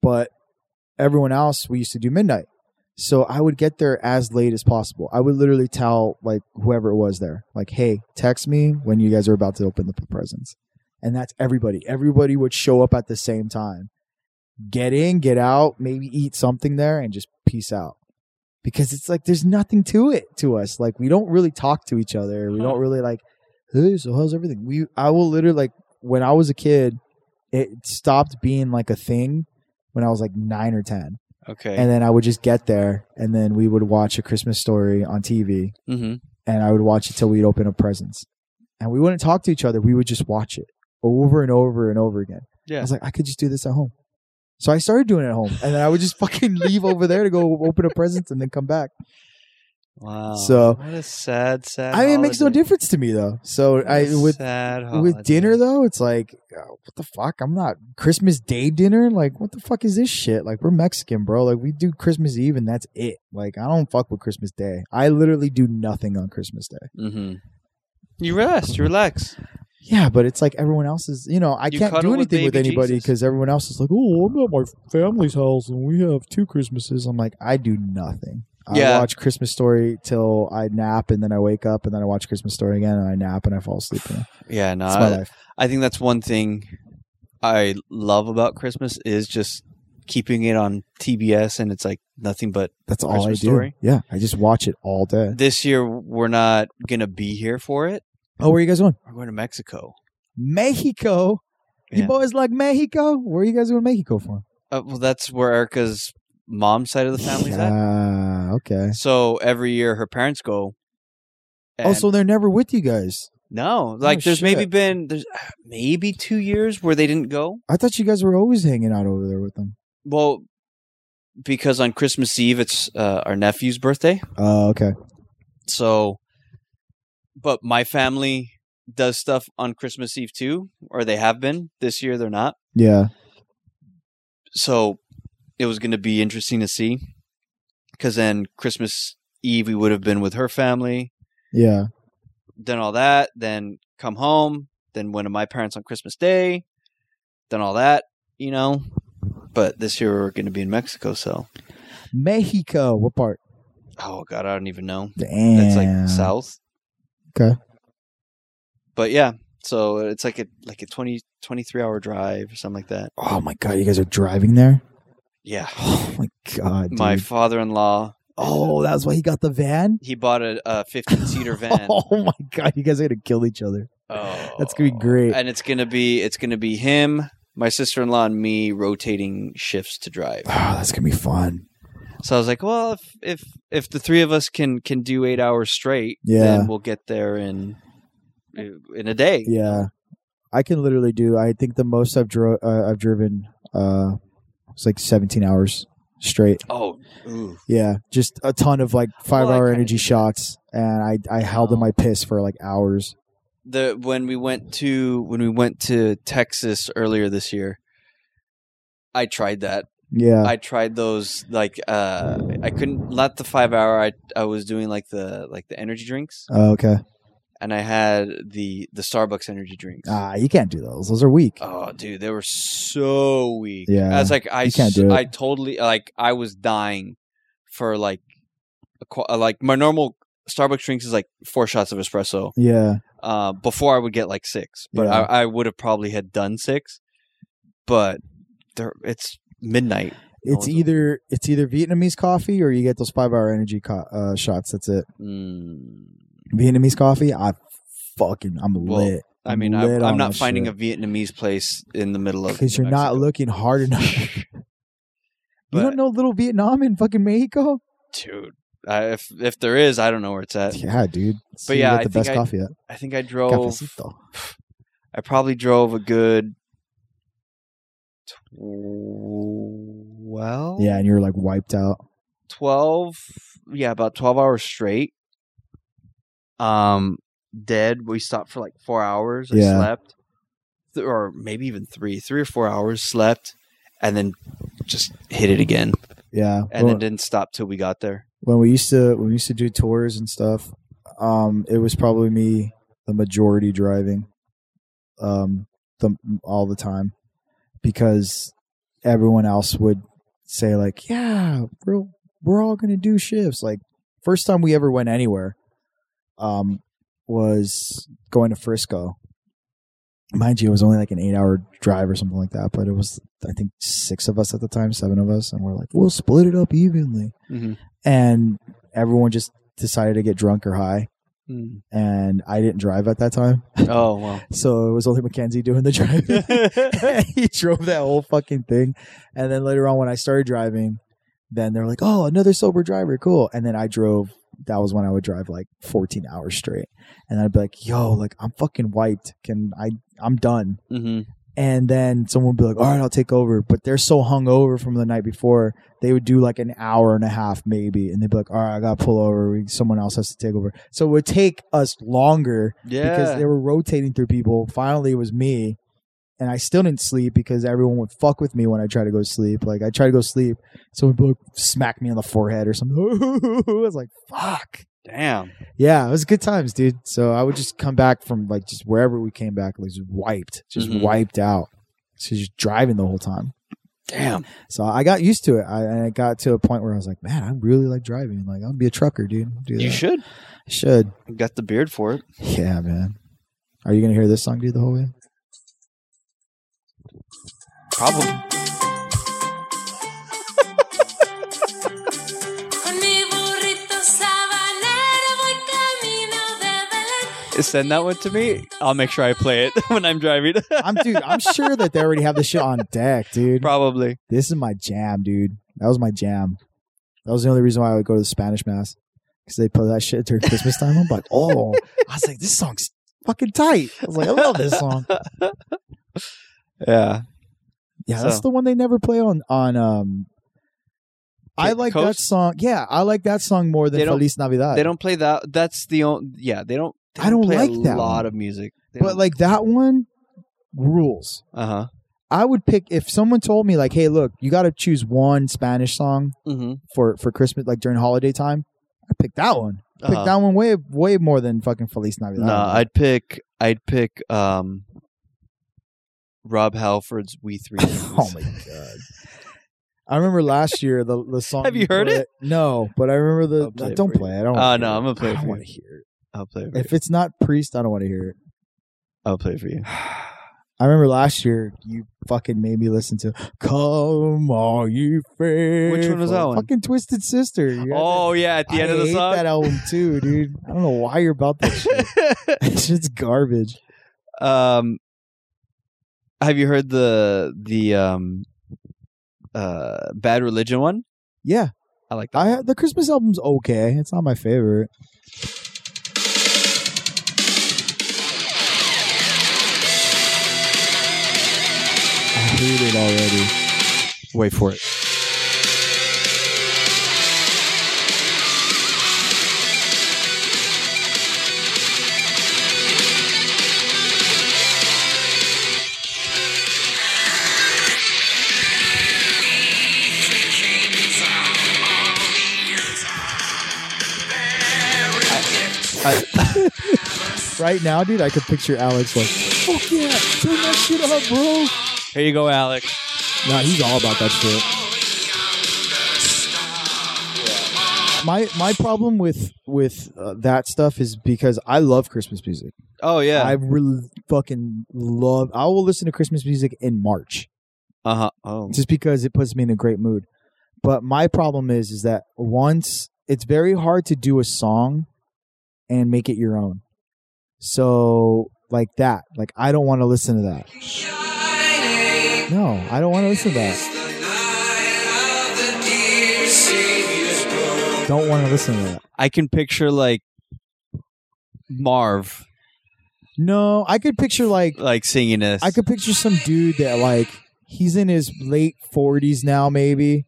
But everyone else, we used to do midnight, so I would get there as late as possible. I would literally tell like whoever it was there, like, "Hey, text me when you guys are about to open the presents," and that's everybody. Everybody would show up at the same time, get in, get out, maybe eat something there, and just peace out. Because it's like there's nothing to it to us. Like we don't really talk to each other. We don't really like hey, so how's everything? We I will literally like when I was a kid, it stopped being like a thing when I was like nine or ten. Okay. And then I would just get there and then we would watch a Christmas story on TV hmm and I would watch it till we'd open up presents. And we wouldn't talk to each other, we would just watch it over and over and over again. I Yeah. was like, I could just do this at home. So I started doing it at home, and then I would just [LAUGHS] fucking leave over there to go open a present and then come back. Wow. So- what a sad, sad. I mean, it makes no holiday. difference to me though. So I What a with sad holiday. with dinner though, it's like uh, what the fuck? I'm not Christmas Day dinner. Like what the fuck is this shit? Like we're Mexican, bro. Like we do Christmas Eve and that's it. Like I don't fuck with Christmas Day. I literally do nothing on Christmas Day. Mhm. You rest. You relax. Yeah, but it's like everyone else is. You know, I You can't cuddle do with anything with baby anybody Jesus. because everyone else is like, oh, I'm at my family's house and we have two Christmases. I'm like, I do nothing. I Yeah. watch Christmas Story till I nap, and then I wake up, and then I watch Christmas Story again, and I nap, and I fall asleep. You know, Yeah. No. it's my I, life. I think that's one thing I love about Christmas is just keeping it on TBS, and it's like nothing but That's all I Christmas do. Story? Yeah, I just watch it all day. this year we're not gonna be here for it. Oh, where are you guys going? We're going to Mexico. Mexico. Yeah. You boys like Mexico? Where are you guys going to Mexico for? Uh, well, that's where Erica's mom's side of the family's at. Ah, okay. So every year her parents go. oh, and- so they're never with you guys. no, like there's maybe shit. been there's uh, maybe two years where they didn't go. I thought you guys were always hanging out over there with them. Well, because on Christmas Eve it's uh, our nephew's birthday, Oh, okay. so. But my family does stuff on Christmas Eve too, or they have been. This year they're not. Yeah. so it was going to be interesting to see because then christmas eve we would have been with her family Yeah. then all that then come home then went to my parents on christmas day then all that you know but this year we're going to be in mexico so Mexico. What part? oh god i don't even know Damn. that's like south Okay. but yeah so it's like a like a 20 23 hour drive or something like that Oh my god, you guys are driving there. [SIGHS] yeah Oh my god, dude. my father-in-law oh, that's why he got the van. he bought a, a [LAUGHS] 15 seater van oh my god, you guys are gonna kill each other. Oh, That's gonna be great. And it's gonna be it's gonna be him, my sister in law, and me rotating shifts to drive. Oh, [SIGHS] that's gonna be fun. So I was like, well, if if if the three of us can can do eight hours straight, Yeah. then we'll get there in in a day. Yeah, I can literally do. I think the most I've dro- uh, I've driven uh, it's like seventeen hours straight. Oh, ooh. Yeah, just a ton of like five Well, I hour kinda energy do that. shots, and I I held in Oh. my piss for like hours. the when we went to when we went to Texas earlier this year, I tried that. Yeah, I tried those like uh I couldn't not the five hour. I I was doing like the like the energy drinks. Oh, okay. and I had the the Starbucks energy drinks. Ah, you can't do those. Those are weak. Oh, dude, they were so weak. Yeah, I was like, I you can't s- do it. I totally like I was dying for like a, qu- uh, like my normal Starbucks drinks is like four shots of espresso. Yeah, Uh, before I would get like six, but Yeah. I, I would have probably had done six. But there, it's midnight. it's those are- either it's either Vietnamese coffee or you get those five hour energy co- uh, shots. That's it. Mm. Vietnamese coffee, I fucking I'm Well, lit I I'm mean, I, lit I'm on not that finding shit. a Vietnamese place in the middle of because you're not Mexico. looking hard [LAUGHS] [LAUGHS] enough. you But- don't know little Vietnam in fucking Mexico? dude. I, if if there is, I don't know where it's [LAUGHS] at. Yeah, dude. So you yeah, get the I think best I- coffee. At. I think I drove. Cafecito. I probably drove a good twelve. Yeah, and you're like wiped out. twelve. Yeah, about twelve hours straight. Um, dead. We stopped for like four hours. I Yeah. slept, Th- or maybe even three, three or four hours. Slept, and then just hit it again, Yeah, and Well, then didn't stop till we got there. when we used to when we used to do tours and stuff, um, it was probably me the majority driving, um, the all the time, because everyone else would say like, "Yeah, we're we're all gonna do shifts." Like first time we ever went anywhere, um, was going to Frisco. Mind you, it was only like an eight-hour drive or something like that, but it was I think six of us at the time, seven of us, and we're like, "We'll split it up evenly." and everyone just decided to get drunk or high Hmm. and i didn't drive at that time Oh well. so it was only mackenzie doing the driving [LAUGHS] he drove that whole fucking thing and then later on when i started driving then they're like oh another sober driver cool and then i drove that was when i would drive like 14 hours straight and i'd be like yo like i'm fucking wiped can i i'm done hmm and then someone would be like, "All right, I'll take over," but they're so hungover from the night before, they would do like an hour and a half maybe, and they'd be like, "All right, I got to pull over. We- Someone else has to take over." So it would take us longer because they were rotating through people. Finally, it was me, and I still didn't sleep because everyone would fuck with me when I tried to go to sleep. Like I tried to go to sleep, someone would like, smack me on the forehead or something. [LAUGHS] I was like, "Fuck." Damn. Yeah, it was good times, dude. So I would just come back from like just wherever we came back, like just wiped, just Mhm. wiped out. So just driving the whole time. Damn. So I got used to it. I, and it got to a point where I was like, man, I really like driving. Like I'll be a trucker, dude. Do You that. should. Should. You got the beard for it. Yeah, man. Are you gonna hear this song, dude, the whole way? Probably. Con mi burrito sabanero voy camino de Belén. Send that one to me. I'll make sure I play it [LAUGHS] when I'm driving. I'm dude, I'm sure that they already have this shit on deck, dude. Probably. This is my jam, dude. That was my jam. That was the only reason why I would go to the Spanish mass because they play that shit during Christmas time. I'm like, oh, I was like, this song's fucking tight. I was like, I love this [LAUGHS] song. Yeah. Yeah, that's So- the one they never play on on. um I Cape like that Coast? song. Yeah, I like that song more than They don't- Feliz Navidad. They don't play that. That's the only. Yeah. They don't. They I don't play a like that lot one. of music. They but don't- like that one rules. Uh huh. I would pick if someone told me like, hey, look, you got to choose one Spanish song Mm-hmm. for for Christmas, like during holiday time. I pick that one. pick Uh-huh. that one way way more than fucking Feliz Navidad. No, I'd pick. I'd pick. Um. Rob Halford's "We Three [LAUGHS] Kings." oh my god. I remember last year the the song. Have you heard played- it? No, but I remember I'll the. play it don't for you. play. it. I don't. Oh, wanna no, hear it. I'm gonna play I it for don't you. want to hear it. I'll play. For If you. it's not Priest, I don't want to hear it. I'll [LAUGHS] play for you. I remember last year you fucking made me listen to "Come All You Faithful." Which one was that one? Fucking Twisted Sister. You had Oh yeah, at that- the end I of the hate song. that album too, dude. I don't know why you're about [LAUGHS] that shit. That shit's garbage. um, have you heard the the um, uh, Bad Religion one? Yeah, I like that. I the Christmas album's okay. It's not my favorite. I hate it already. Wait for it. Right now, dude, I could picture Alex like, "Fuck yeah, turn that shit up, bro." Here you go, Alex. Nah, he's all about that shit. My my problem with with uh, that stuff is because I love Christmas music. Oh I yeah. really fucking love. I will listen to Christmas music in March Uh huh. Oh. just because it puts me in a great mood. But my problem is is that once it's very hard to do a song and make it your own. So like that, like I don't want to listen to that. No, I don't want to listen to that. Don't want to listen to that. I can picture like Marv No, I could picture like like singing this. I could picture some dude that like he's in his late forties now, maybe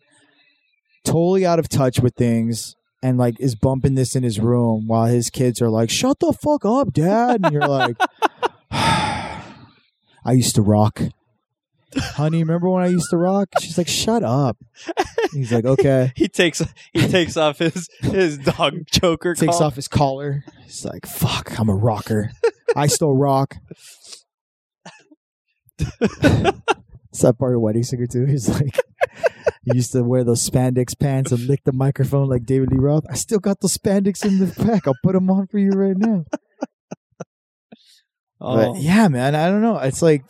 totally out of touch with things, and like is bumping this in his room while his kids are like, "Shut the fuck up, dad!" And you're like, [SIGHS] "I used to rock." Honey, remember when I used to rock? She's like, "Shut up." He's like, "Okay." He takes he takes off his his dog [LAUGHS] choker. Takes collar. off his collar. He's like, "Fuck, I'm a rocker. I still rock." It's that part of Wedding Singer too. He's like, he used to wear those spandex pants and lick the microphone like David Lee Roth. I still got those spandex in the back. I'll put them on for you right now. Oh. But yeah, man, I don't know. It's like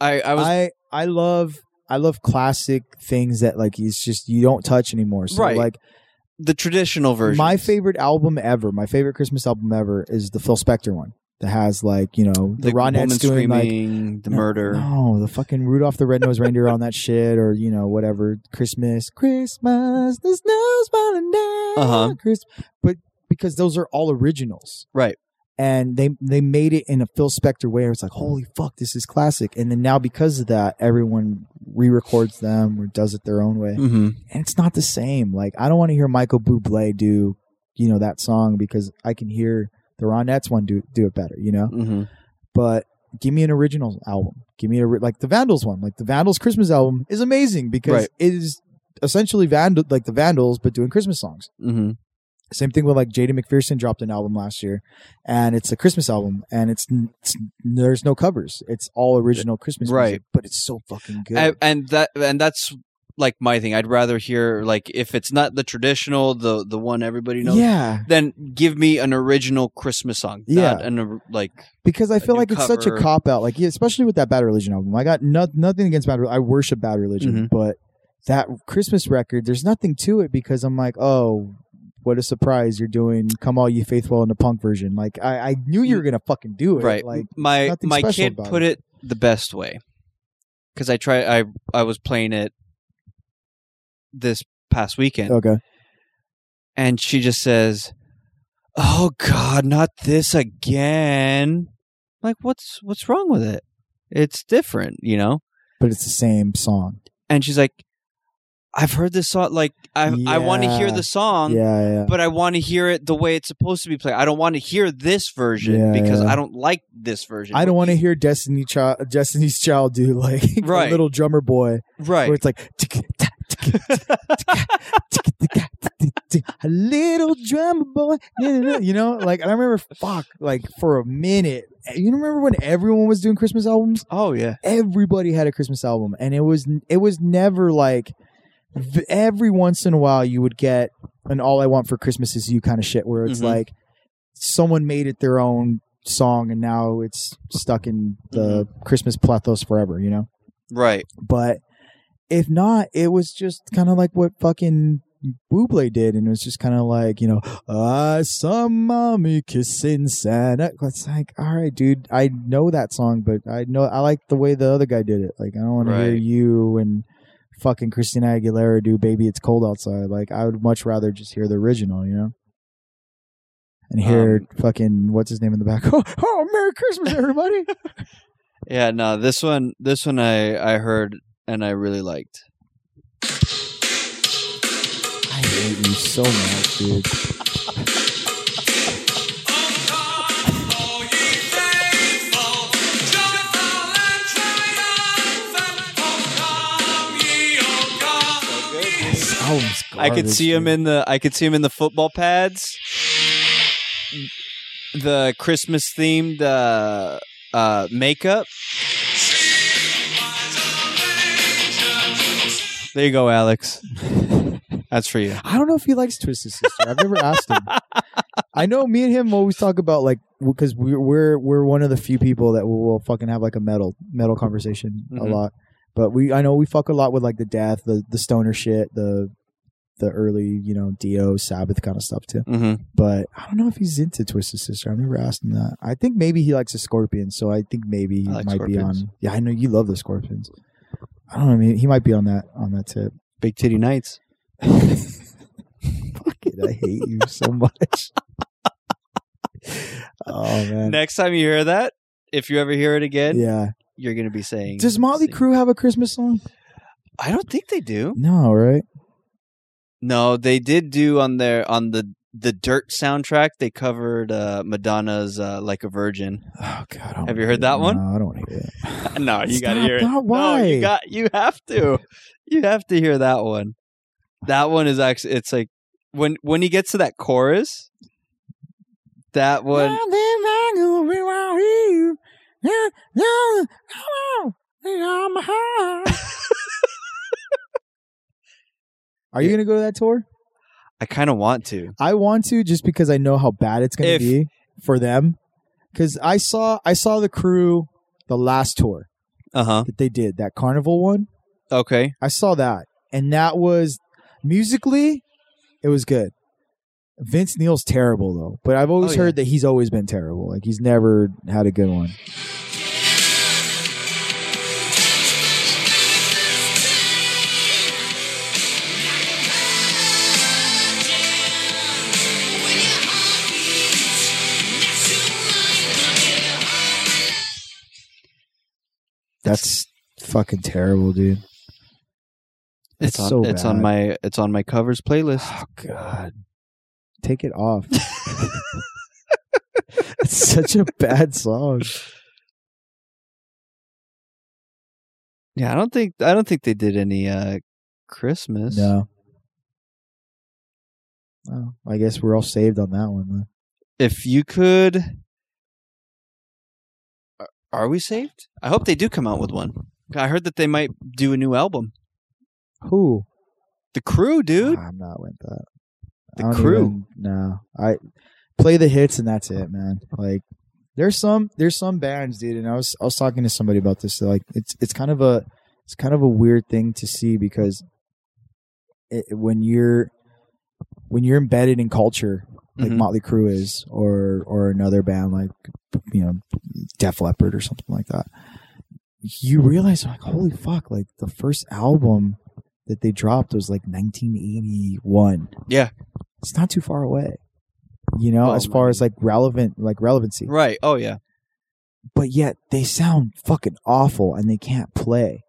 I I was I I love I love classic things that like it's just you don't touch anymore. So Right. like the traditional version. my favorite album ever, my favorite Christmas album ever is the Phil Spector one that has like you know the, the Ronettes woman doing like screaming, the No, murder. No, the fucking Rudolph the Red-Nosed Reindeer [LAUGHS] on that shit, or you know whatever. Christmas, Christmas, the snow's falling down. Uh-huh. Christ- but because those are all originals, Right. and they they made it in a Phil Spector way. Where it's like, holy fuck, this is classic. And then now because of that, everyone re-records them or does it their own way, Mm-hmm. and it's not the same. Like I don't want to hear Michael Bublé do you know that song because I can hear the Ronettes one do do it better. You know, Mm-hmm. but give me an original album. Give me a ri- like the Vandals one. Like the Vandals Christmas album is amazing because Right. it is essentially Vandal like the Vandals but doing Christmas songs. Mm-hmm. Same thing with like Jaden McPherson dropped an album last year, and it's a Christmas album, and it's, n- it's there's no covers. It's all original Christmas Right. music, but it's so fucking good. and, and that and that's like my thing. I'd rather hear like if it's not the traditional, the the one everybody knows. yeah, Then give me an original Christmas song. Yeah. not an or- like because I feel new like it's such a cover. cop out. Like yeah, especially with that Bad Religion album. I got no, nothing against Bad Religion. I worship Bad Religion, Mhm. but that Christmas record, there's nothing to it because I'm like, oh, what a surprise you're doing. Come all you faithful in the punk version. Like I, I knew you were gonna fucking do it. Mm. right. Like my nothing my special kid about put it. the best way because I try. I I was playing it this past weekend, okay, and she just says, "Oh God, not this again!" Like what's what's wrong with it? It's different, you know. but it's the same song. and she's like, "I've heard this song. Like, I I want to hear Yeah. the song, yeah, yeah. but I want to hear it the way it's supposed to be played. I don't want to hear this version Yeah, because yeah. I don't like this version. I don't want to hear Destiny Child, Destiny's Child do [LAUGHS] like a Right. little drummer boy right, where it's like "Ticka, tack, ticka, ticka, ticka, ticka, ticka, ticka, a little drummer boy, you know, like and I remember fuck like for a minute. eh, You remember when everyone was doing Christmas albums? oh yeah, Everybody had a Christmas album, and it was it was never like v- every once in a while you would get an "All I Want for Christmas Is You" kind of shit where it's Mhm. like someone made it their own song and now it's stuck in the Christmas plethos forever, you know. right, But if not, it was just kind of like what fucking Buble did, and it was just kind of like you know, I saw mommy kissing Santa. It's like, all right, dude, I know that song, but I know I like the way the other guy did it. Like, I don't want to hear Right. you and fucking Christina Aguilera do "Baby It's Cold Outside." Like, I would much rather just hear the original, you know. And hear fucking what's his name in the back? [LAUGHS] Oh, oh Merry Christmas, everybody! yeah. No, this one, this one, I I heard and I really liked. [LAUGHS] I hate you so much, dude. album's I could see him in the I could see him in the football pads, the Christmas themed uh, uh, makeup. There you go, Alex. That's for you. [LAUGHS] I don't know if he likes Twisted Sister. I've never asked him. I know me and him always talk about like because we're we're we're one of the few people that will, will fucking have like a metal metal conversation a Mhm. lot. But we I know we fuck a lot with like the death, the the stoner shit, the the early you know Dio Sabbath kind of stuff too. hmm But I don't know if he's into Twisted Sister. I've never asked him that. I think maybe he likes the Scorpions, so I think maybe he I like might Scorpions. be on. Yeah, I know you love the Scorpions. I don't know. I mean, he might be on that on that tip. Big titty nights. Fuck it, I hate you so much. [LAUGHS] oh man. Next time you hear that, if you ever hear it again, yeah. you're gonna be saying. Does Motley Crue have a Christmas song? I don't think they do. No, right? No, they did do on their on the the Dirt soundtrack. They covered uh, Madonna's uh, "Like a Virgin." [LAUGHS] Oh god. I don't Have you wanna heard hear that it. one? No, I don't want to hear it. No, you got to Stop, hear it. not No, why. you got you have to. You have to hear that one. That one is actually it's like when when he gets to that chorus that one Nothing I knew without you. Yeah, yeah, come on, yeah, I'm high. [LAUGHS] Are you gonna go to that tour? I kind of want to. I want to just because I know how bad it's gonna If- be for them. Cause I saw I saw the crew the last tour Uh-huh. that they did, that carnival one. Okay. I saw that. And that was musically, it was good. Vince Neil's terrible though, but I've always Oh, yeah. heard that he's always been terrible. Like he's never had a good one. When you're on beat, next to That's fucking terrible, dude. it's It's on, so it's on bad. my it's on my covers [SIGHS] playlist. Oh god. Take it off. [LAUGHS] it's such a bad song. Yeah, I don't think I don't think they did any uh Christmas. No. Oh, I guess we're all saved on that one. Then. If you could Are- Are we saved? I hope they do come out with one. I heard that they might do a new album. Who? The crew, dude. I'm not with that. The I don't crew. even- no, I play the hits and that's it, man. Like there's some there's some bands, dude. And I was I was talking to somebody about this. Like it's it's kind of a it's kind of a weird thing to see because it, when you're when you're embedded in culture like Mhm. Motley Crue is, or or another band like you know Def Leppard or something like that, you realize like holy fuck, like the first album that they dropped was like 1981. Yeah. it's not too far away. You know, Oh, as far man. as like relevant, like relevancy, Right. Oh yeah. but yet they sound fucking awful and they can't play.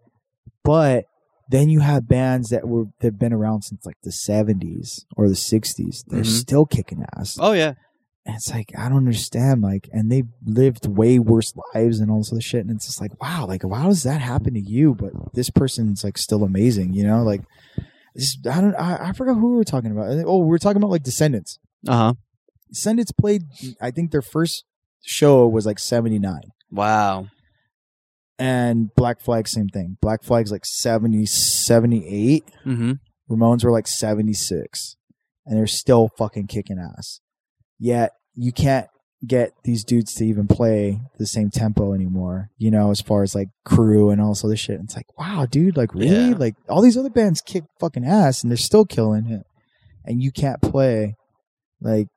But then you have bands that were that've been around since like the 70s or the 60s. They're Mhm. still kicking ass. Oh yeah. And it's like, I don't understand. Like, and they lived way worse lives and all this other shit. And it's just like, wow, like, why does that happen to you? But this person's like still amazing, you know? Like, this, I don't, I, I forgot who we were talking about. I think- Oh, we were talking about like Descendants. Uh-huh. Descendants played, I think their first show was like 79. Wow. And Black Flag, same thing. Black Flag's like 70, 78. Mhm. Ramones were like 76 and they're still fucking kicking ass. Yet you can't get these dudes to even play the same tempo anymore, you know, as far as like crew and all this other shit. It's like, wow, dude, like really? Yeah. Like all these other bands kick fucking ass and they're still killing it. And you can't play, like,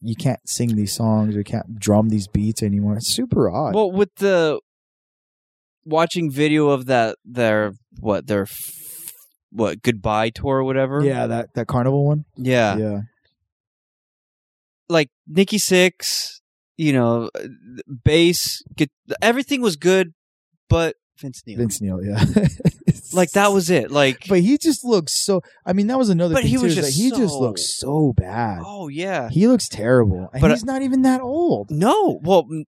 you can't sing these songs or can't drum these beats anymore. It's super odd. Well, with the watching video of that their what their f- what goodbye tour or whatever. yeah, that, that carnival one. Yeah. yeah. like Nikki Six, you know, uh, bass, get, everything was good, but Vince Neil, Vince Neil, yeah. [LAUGHS] like that was it. Like, But he just looks so. I mean, that was another. But thing he too, was is that just he just so- looks so bad. oh yeah, He looks terrible, and But, uh, he's not even that old. no, well, mm,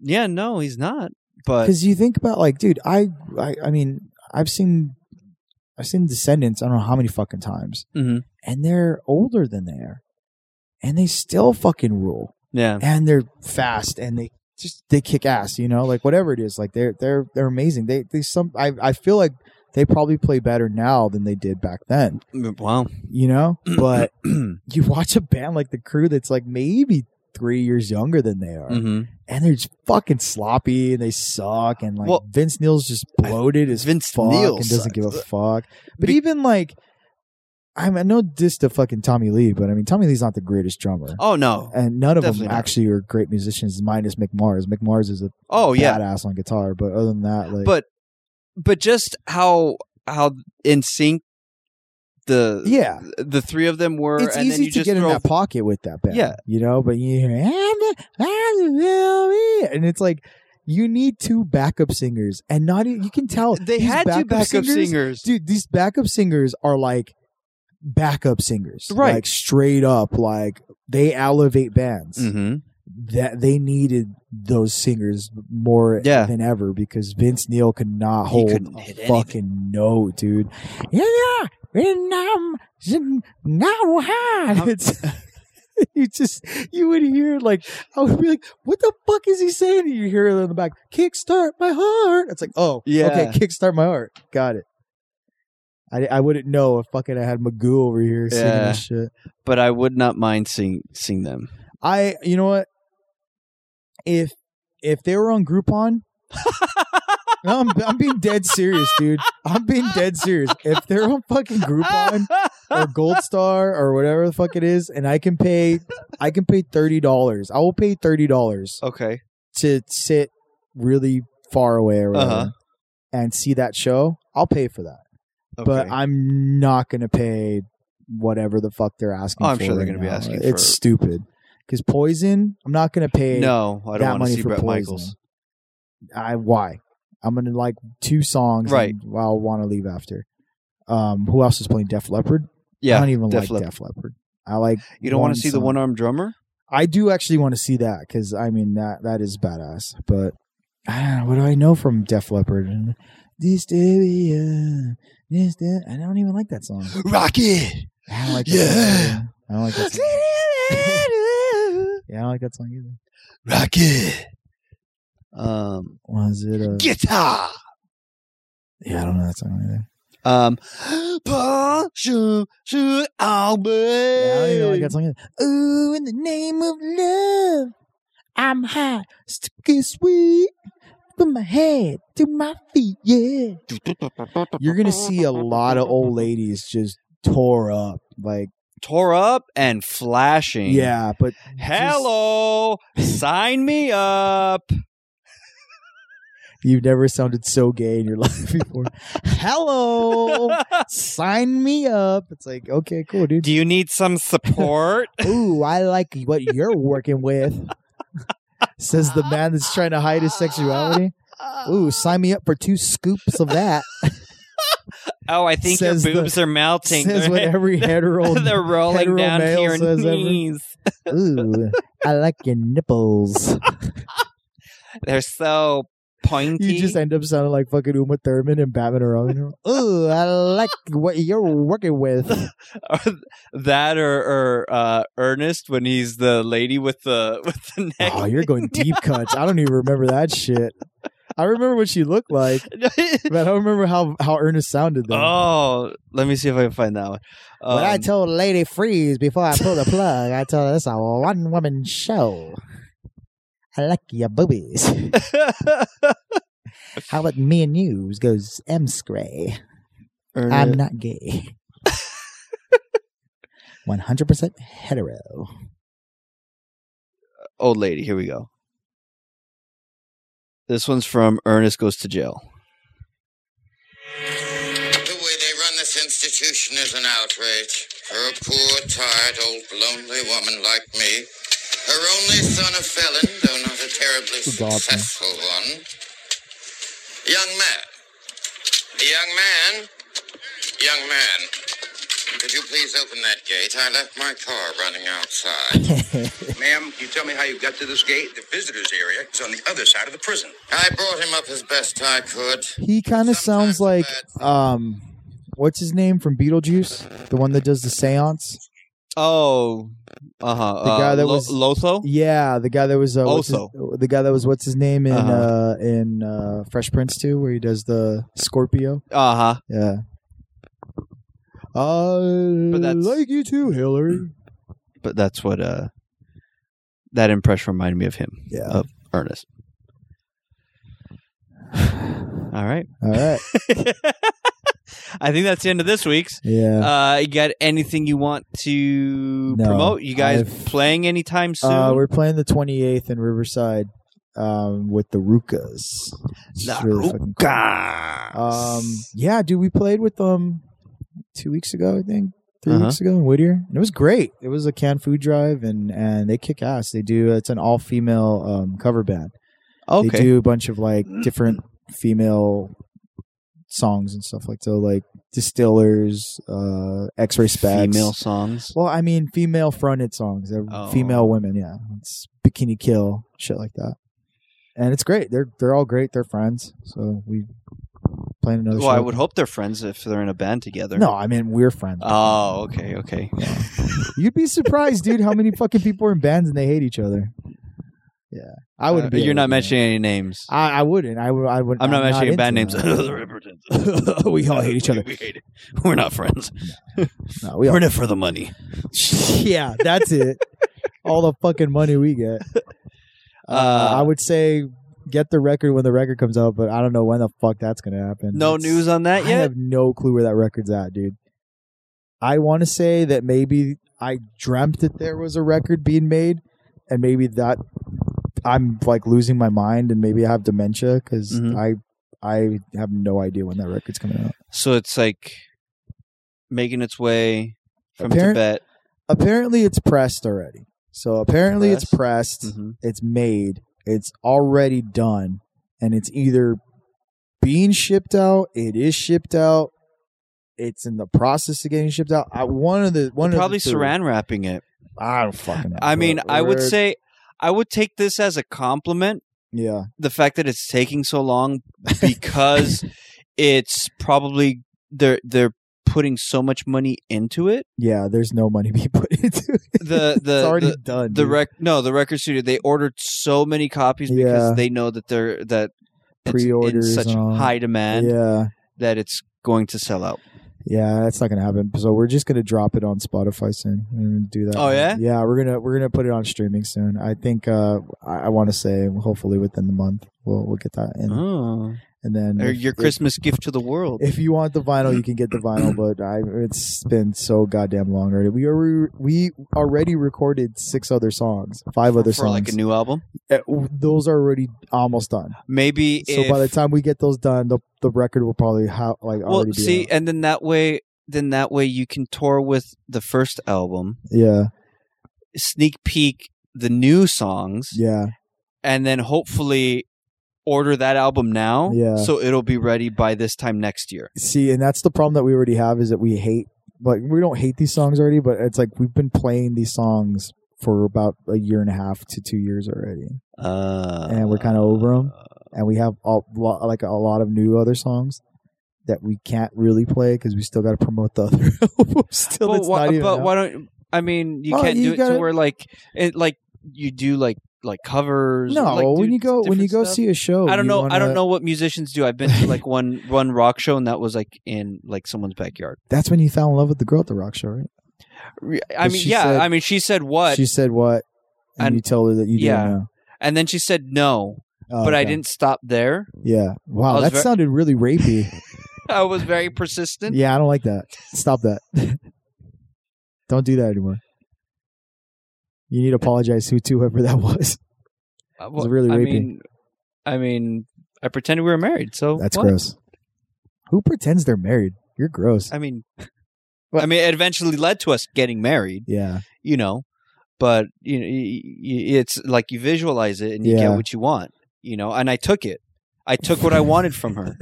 yeah, no, he's not. But Because you think about like, dude, I, I, I mean, I've seen, I've seen Descendants. I don't know how many fucking times, Mhm. and they're older than they are, and they still fucking rule, yeah, and they're fast, and they just they kick ass, you know, like whatever it is, like they're they're they're amazing. They they some I I feel like they probably play better now than they did back then, Mm, wow, you [CLEARS THROAT] know, but. Mm-hmm. you watch a band like the crew that's like maybe three years younger than they are hmm and they're just fucking sloppy and they suck and like Well- vince neil's just bloated as Vince fuck Neil and doesn't sucked. give a fuck but Be- even like I, mean, I know this to fucking tommy lee but i mean tommy lee's not the greatest drummer Oh no, and none of them definitely not. actually are great musicians minus mcmars mcmars is a oh yeah, badass on guitar but other than that like But- but just how how in sync the yeah the three of them were, it's and then easy you to just get in throw that pocket with that band. Yeah. You know, but you hear and it's like you need two backup singers and not e- you can tell they these had two backup singers, Dude, these backup singers are like backup singers. Right. Like straight up like they elevate bands. hmm That they needed those singers more Yeah. than ever because Vince Neil could not He hold couldn't a hit anything. fucking no, dude. Yeah, and um, now How- it's [LAUGHS] you just you would hear like I would be like, what the fuck is he saying? And you hear it in the back, kickstart my heart. It's like, oh, Yeah. okay, kickstart my heart. Got it. I, I wouldn't know if fucking I had Magoo over here singing Yeah. this shit. But I would not mind seeing seeing them. I you know what? If if they were on Groupon, no, I'm I'm being dead serious, dude. I'm being dead serious. If they're on fucking Groupon or Gold Star or whatever the fuck it is, and I can pay I can pay thirty dollars. I will pay thirty dollars [LAUGHS] okay. to sit really far away or whatever Uh-huh. and see that show. I'll pay for that. But Okay. I'm not gonna pay whatever the fuck they're asking Oh, I'm for sure they're right gonna be now. asking It's for- stupid. Because poison, I'm not gonna pay no, I that don't want money to see for Brett Poison. Michaels. I why? I'm gonna like two songs. Right. and I'll want to leave after. Um, who else is playing Def Leppard? I Yeah, don't even Def like Leppard. Def Leppard. I like. you don't want one to see the song. one armed drummer. I do actually want to see that because I mean that that is badass. But ah, what do I know from Def Leppard? Dysteria, dyster- I don't even like that song. Rocket. I don't like that [GASPS] song. either. I don't Yeah. like that song. [LAUGHS] Yeah, I don't like that song either. Rocket. Um, Was it a? guitar. Yeah, I don't know that song either. Um, [GASPS] Paul Shu Shu Albert. Yeah, I don't even like that song either. Ooh, in the name of love, I'm high, sticky sweet, from my head to my feet. Yeah. you're gonna see a lot of old ladies just tore up like Tore up and flashing. yeah but Hello, sign me up. [LAUGHS] you've never sounded so gay in your [LAUGHS] life before hello sign me up it's like okay cool dude [LAUGHS] Do you need some support? ooh i like what you're working with says the man that's trying to hide his sexuality ooh sign me up for two scoops of [LAUGHS] that oh, I think your Says the- boobs are melting. says [LAUGHS] They're- what every hetero [LAUGHS] They're rolling hetero down male to your says ever. knees. [LAUGHS] ooh i like your nipples They're so pointy. You [LAUGHS] just end up sounding like fucking Uma Thurman and Batman or Robin. Ooh, I like what you're working with. [LAUGHS] that or, or uh, Ernest when he's the lady with the [LAUGHS] with the neck. Oh, you're [LAUGHS] going deep cuts. I don't even remember that shit. I remember what she looked like, but I don't remember how how Ernest sounded though. oh, let me see if I can find that one. But I Um, told Lady Freeze before I [LAUGHS] pull the plug, I told her it's a one woman show. I like your [LAUGHS] boobies. How about me and you goes M Scray. I'm Ernest, not gay. [LAUGHS] 100% hetero. old lady. Here we go. This one's from Ernest goes to jail. The way they run this institution is an outrage. For a poor, tired, old, lonely woman like me, her only son a felon, though not a terribly God, man. successful one. Young man. Young man. Young man. Could you please open that gate? I left my car running outside. [LAUGHS] Ma'am, can you tell me how you got to this gate? The visitors area is on the other side of the prison. I brought him up as best I could. He kind of Sometimes sounds like that's- um, what's his name from Beetlejuice, the one that does the seance. Oh, uh-huh. The uh, guy that Lo- was- Lotho. Yeah, the guy that was uh, what's his- the guy that was what's his name in uh Uh-huh. in uh, Fresh Prince too, where he does the Scorpio. Uh huh. Yeah. I But that's- like you too, Hillary. But that's what uh, that impression reminded me of him. Yeah. Of Ernest. [SIGHS] All right. All right. [LAUGHS] I think that's the end of this week's. Yeah. [LAUGHS] Uh, you got anything you want to No, promote? You guys I've- playing anytime soon? Uh, we're playing the 28th in Riverside um, with the Rukas. It's La really fucking cool. Um, yeah, dude, we played with them two weeks ago, I think, 3 Uh-huh. weeks ago in Whittier, and it was great. It was a canned food drive, and and they kick ass. They do it's an all female um, cover band. They okay. do a bunch of like different female songs and stuff like so, like Distillers, uh, X Ray Specs, Female songs. Well, I mean, female fronted songs, they're Oh. female women, yeah, it's Bikini Kill, shit like that. And it's great. They're they're all great. They're friends. So we playing another. Well, I show. would hope they're friends if they're in a band together. No, I mean we're friends. [LAUGHS] Oh, okay, okay. You'd be surprised, dude, how many fucking people are in bands and they hate each other. Yeah, I wouldn't. Uh, be you're able not to do that. mentioning any names. I, I wouldn't. I would. I would. I'm not mentioning band names. [LAUGHS] into [LAUGHS] we [LAUGHS] all hate each other. We hate it. We're not friends. that. no, we We're all, in it for the money. [LAUGHS] yeah, that's it. All the fucking money we get. Uh, Uh, I would say get the record when the record comes out, but I don't know when the fuck that's gonna happen. No It's- news on that I yet. have no clue where that record's at, dude. I want to say that maybe I dreamt that there was a record being made, and maybe that I'm like losing my mind, and maybe I have dementia because Mhm. I I have no idea when that record's coming out. So it's like making its way from Apparent- Tibet. Apparently, it's pressed already. So apparently, it's pressed. Mhm. It's made. It's already done, and it's either being shipped out. It is shipped out. It's in the process of getting shipped out. I, one of the one They're of probably the two. saran wrapping it. I don't fucking. Know, I mean, I would Word. say I would take this as a compliment. yeah, The fact that it's taking [LAUGHS] so long because it's probably they're they're putting so much money into it. yeah. There's no money [LAUGHS] being put into it. The it's the already the, done. the dude. rec no the record studio they ordered so many copies because Yeah. they know that they're that it's Pre-orders in such and all. high demand Yeah, that it's going to sell out. Yeah, that's not gonna happen. So we're just gonna drop it on Spotify soon and do that. Oh, yeah? yeah. We're gonna we're gonna put it on streaming soon. I think uh, I, I want to say hopefully within the month we'll we'll get that in, Oh, and then or if- your if- Christmas gift to the world. If you want the vinyl, you can get the vinyl, but I, it's been so goddamn long already. We already we already recorded six other songs, five other for songs. like a new album, Uh, w- Those are already almost done. maybe. so if, by the time we get those done, the the record will probably ha- like well, already be see, out. and then that way, then that way you can tour with the first album, yeah, sneak peek the new songs, yeah. and then hopefully order that album now, Yeah. so it'll be ready by this time next year. See, and that's the problem that we already have is that we hate, like, we don't hate these songs already, but it's like we've been playing these songs for about a year and a half to two years already, Uh, And we're kinda over 'em. and we have a lot, like a lot of new other songs that we can't really play because we still got to promote the [LAUGHS] other album. Still, But, it's why, not even but out. why don't? I mean, you Oh, can't you do it gotta- to where like it, like you do like like covers. no, or, like, do when you go when different you go stuff. see a show, I don't you know. I wanna- don't know what musicians do. I've been to [LAUGHS] like one one rock show, and that was like in like someone's backyard. That's when you fell in love with the girl at the rock show, right? Re- I But mean, she yeah. said- I mean, she said what, She said what, and, And- you told her that you yeah. didn't know. and then she said no, Oh, but I okay. didn't stop there. [LAUGHS] Yeah. I Wow, was that ver- sounded really [LAUGHS] rapey. I was very persistent. Yeah, I don't like that. Stop that. [LAUGHS] don't do that anymore. You need to apologize who to whoever that was. Uh, was really I rapey. mean, I mean, I pretended we were married. So That's what? gross. Who pretends they're married? You're gross. I mean, [LAUGHS] I mean, it eventually led to us getting married. Yeah. you know but you know y- y- it's like you visualize it and you Yeah. get what you want you know and i took it i took what i wanted [LAUGHS] from her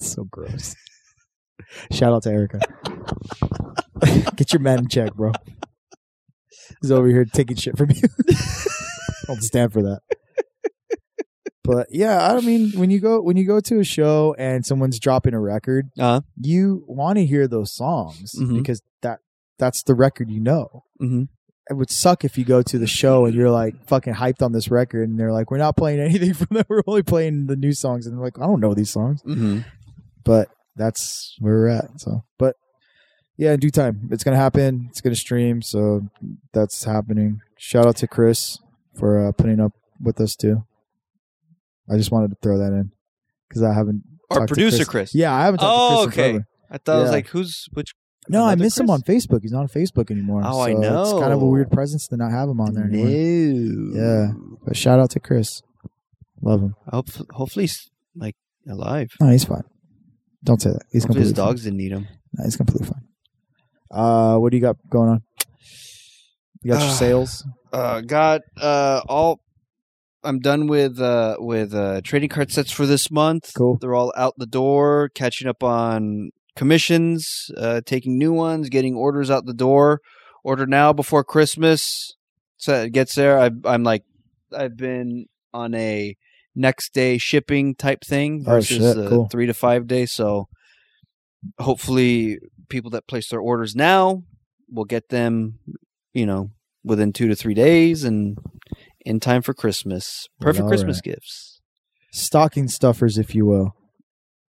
So gross. Shout out to Erica. Get your man in check, bro. He's over here taking shit from you. Don't stand for that. But yeah, I mean, when you go when you go to a show and someone's dropping a record, uh you want to hear those songs Mhm. because that that's the record you know. Mhm. It would suck if you go to the show and you're like fucking hyped on this record, and they're like, "We're not playing anything [LAUGHS] from that. We're only playing the new songs." And they're like, "I don't know these songs," mhm. but that's where we're at. So, but yeah, in due time, it's gonna happen. It's gonna stream. So that's happening. Shout out to Chris for uh, putting up with us too. I just wanted to throw that in because I haven't. our talked to producer chris Yeah, I haven't talked Oh, to Chris in okay. forever. i thought i was Yeah. like who's which No, I Another miss him Chris? on Facebook. He's not on Facebook anymore. Oh, I so It's kind of a know. weird presence to not have him on there anymore. Yeah. But shout out to Chris. Love him. Hope, hopefully he's like alive No, he's fine. Don't say that. He's hopefully his completely dogs didn't eat him Fine. No, he's completely fine. Uh, what do you got going on? You got your Ah. sales? uh got uh all i'm done with uh with uh trading card sets for this month Cool. they're all out the door catching up on commissions uh taking new ones getting orders out the door order now before christmas so it gets there I, i'm like i've been on a next day shipping type thing Oh, versus shit, the cool. three to five day so hopefully people that place their orders now will get them you know within two to three days and in time for christmas perfect All christmas gifts Stocking stuffers, if you will.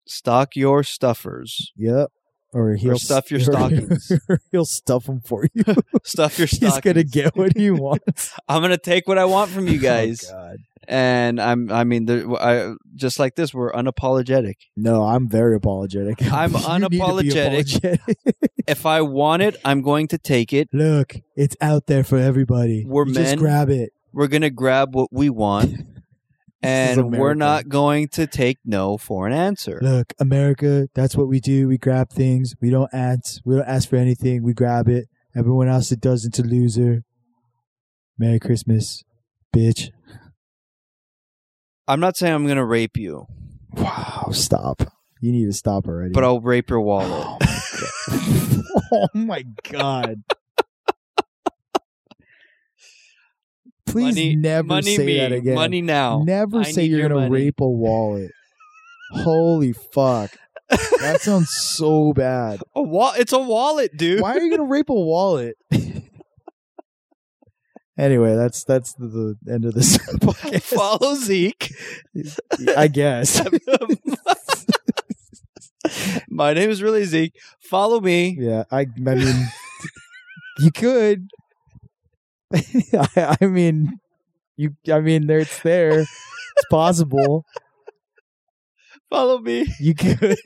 stock your stuffers [LAUGHS] Yep. [LAUGHS] Or he'll stuff your stockings. or he'll stuff them for [LAUGHS] you. stuff your He's gonna stockings. get what [LAUGHS] he wants. i'm gonna take what i want from you guys [LAUGHS] Oh, God. and i'm i mean there, I, just like this we're unapologetic No, I'm very apologetic. [LAUGHS] I'm You need to be unapologetic. apologetic. [LAUGHS] if i want it i'm going to take it Look, it's out there for everybody. We're You men. Just grab it. we're gonna grab what [LAUGHS] we want and we're America. not going to take no for an answer Look, America, that's what we do. We grab things. We don't ask. We don't ask for anything. We grab it. Everyone else that doesn't, a loser. Merry Christmas, bitch. i'm not saying i'm gonna rape you Wow, stop. You need to stop already. [LAUGHS] But I'll rape your Oh wallet. my, God. oh my [LAUGHS] god. Please money, never money say me, that again. Money now. Never I say need you're your gonna money. rape a [LAUGHS] wallet. Holy fuck. That sounds so bad. A wall. It's a wallet, dude. [LAUGHS] Why are you gonna rape a wallet? anyway, that's that's the, the end of this [LAUGHS] podcast. Follow Zeke. [LAUGHS] I guess. My name is really Zeke. Follow me. Yeah, I, I mean, you could. [LAUGHS] I, I mean, you. I mean, there it's there. It's possible. Follow me. You could.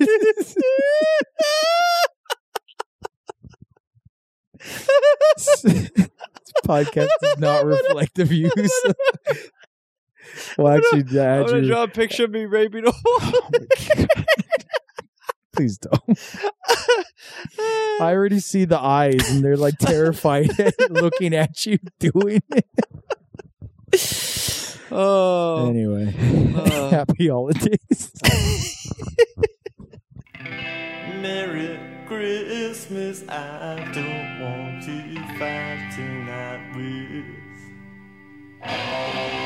this podcast does not reflect the views. well, actually, yeah, I'm gonna Andrew, draw a picture of me raping a [LAUGHS] wall. please don't. I already see the eyes, and they're like terrified [LAUGHS] looking at you doing it. oh. Anyway, Uh. [LAUGHS] happy holidays. Merry Christmas, I don't want to fight tonight with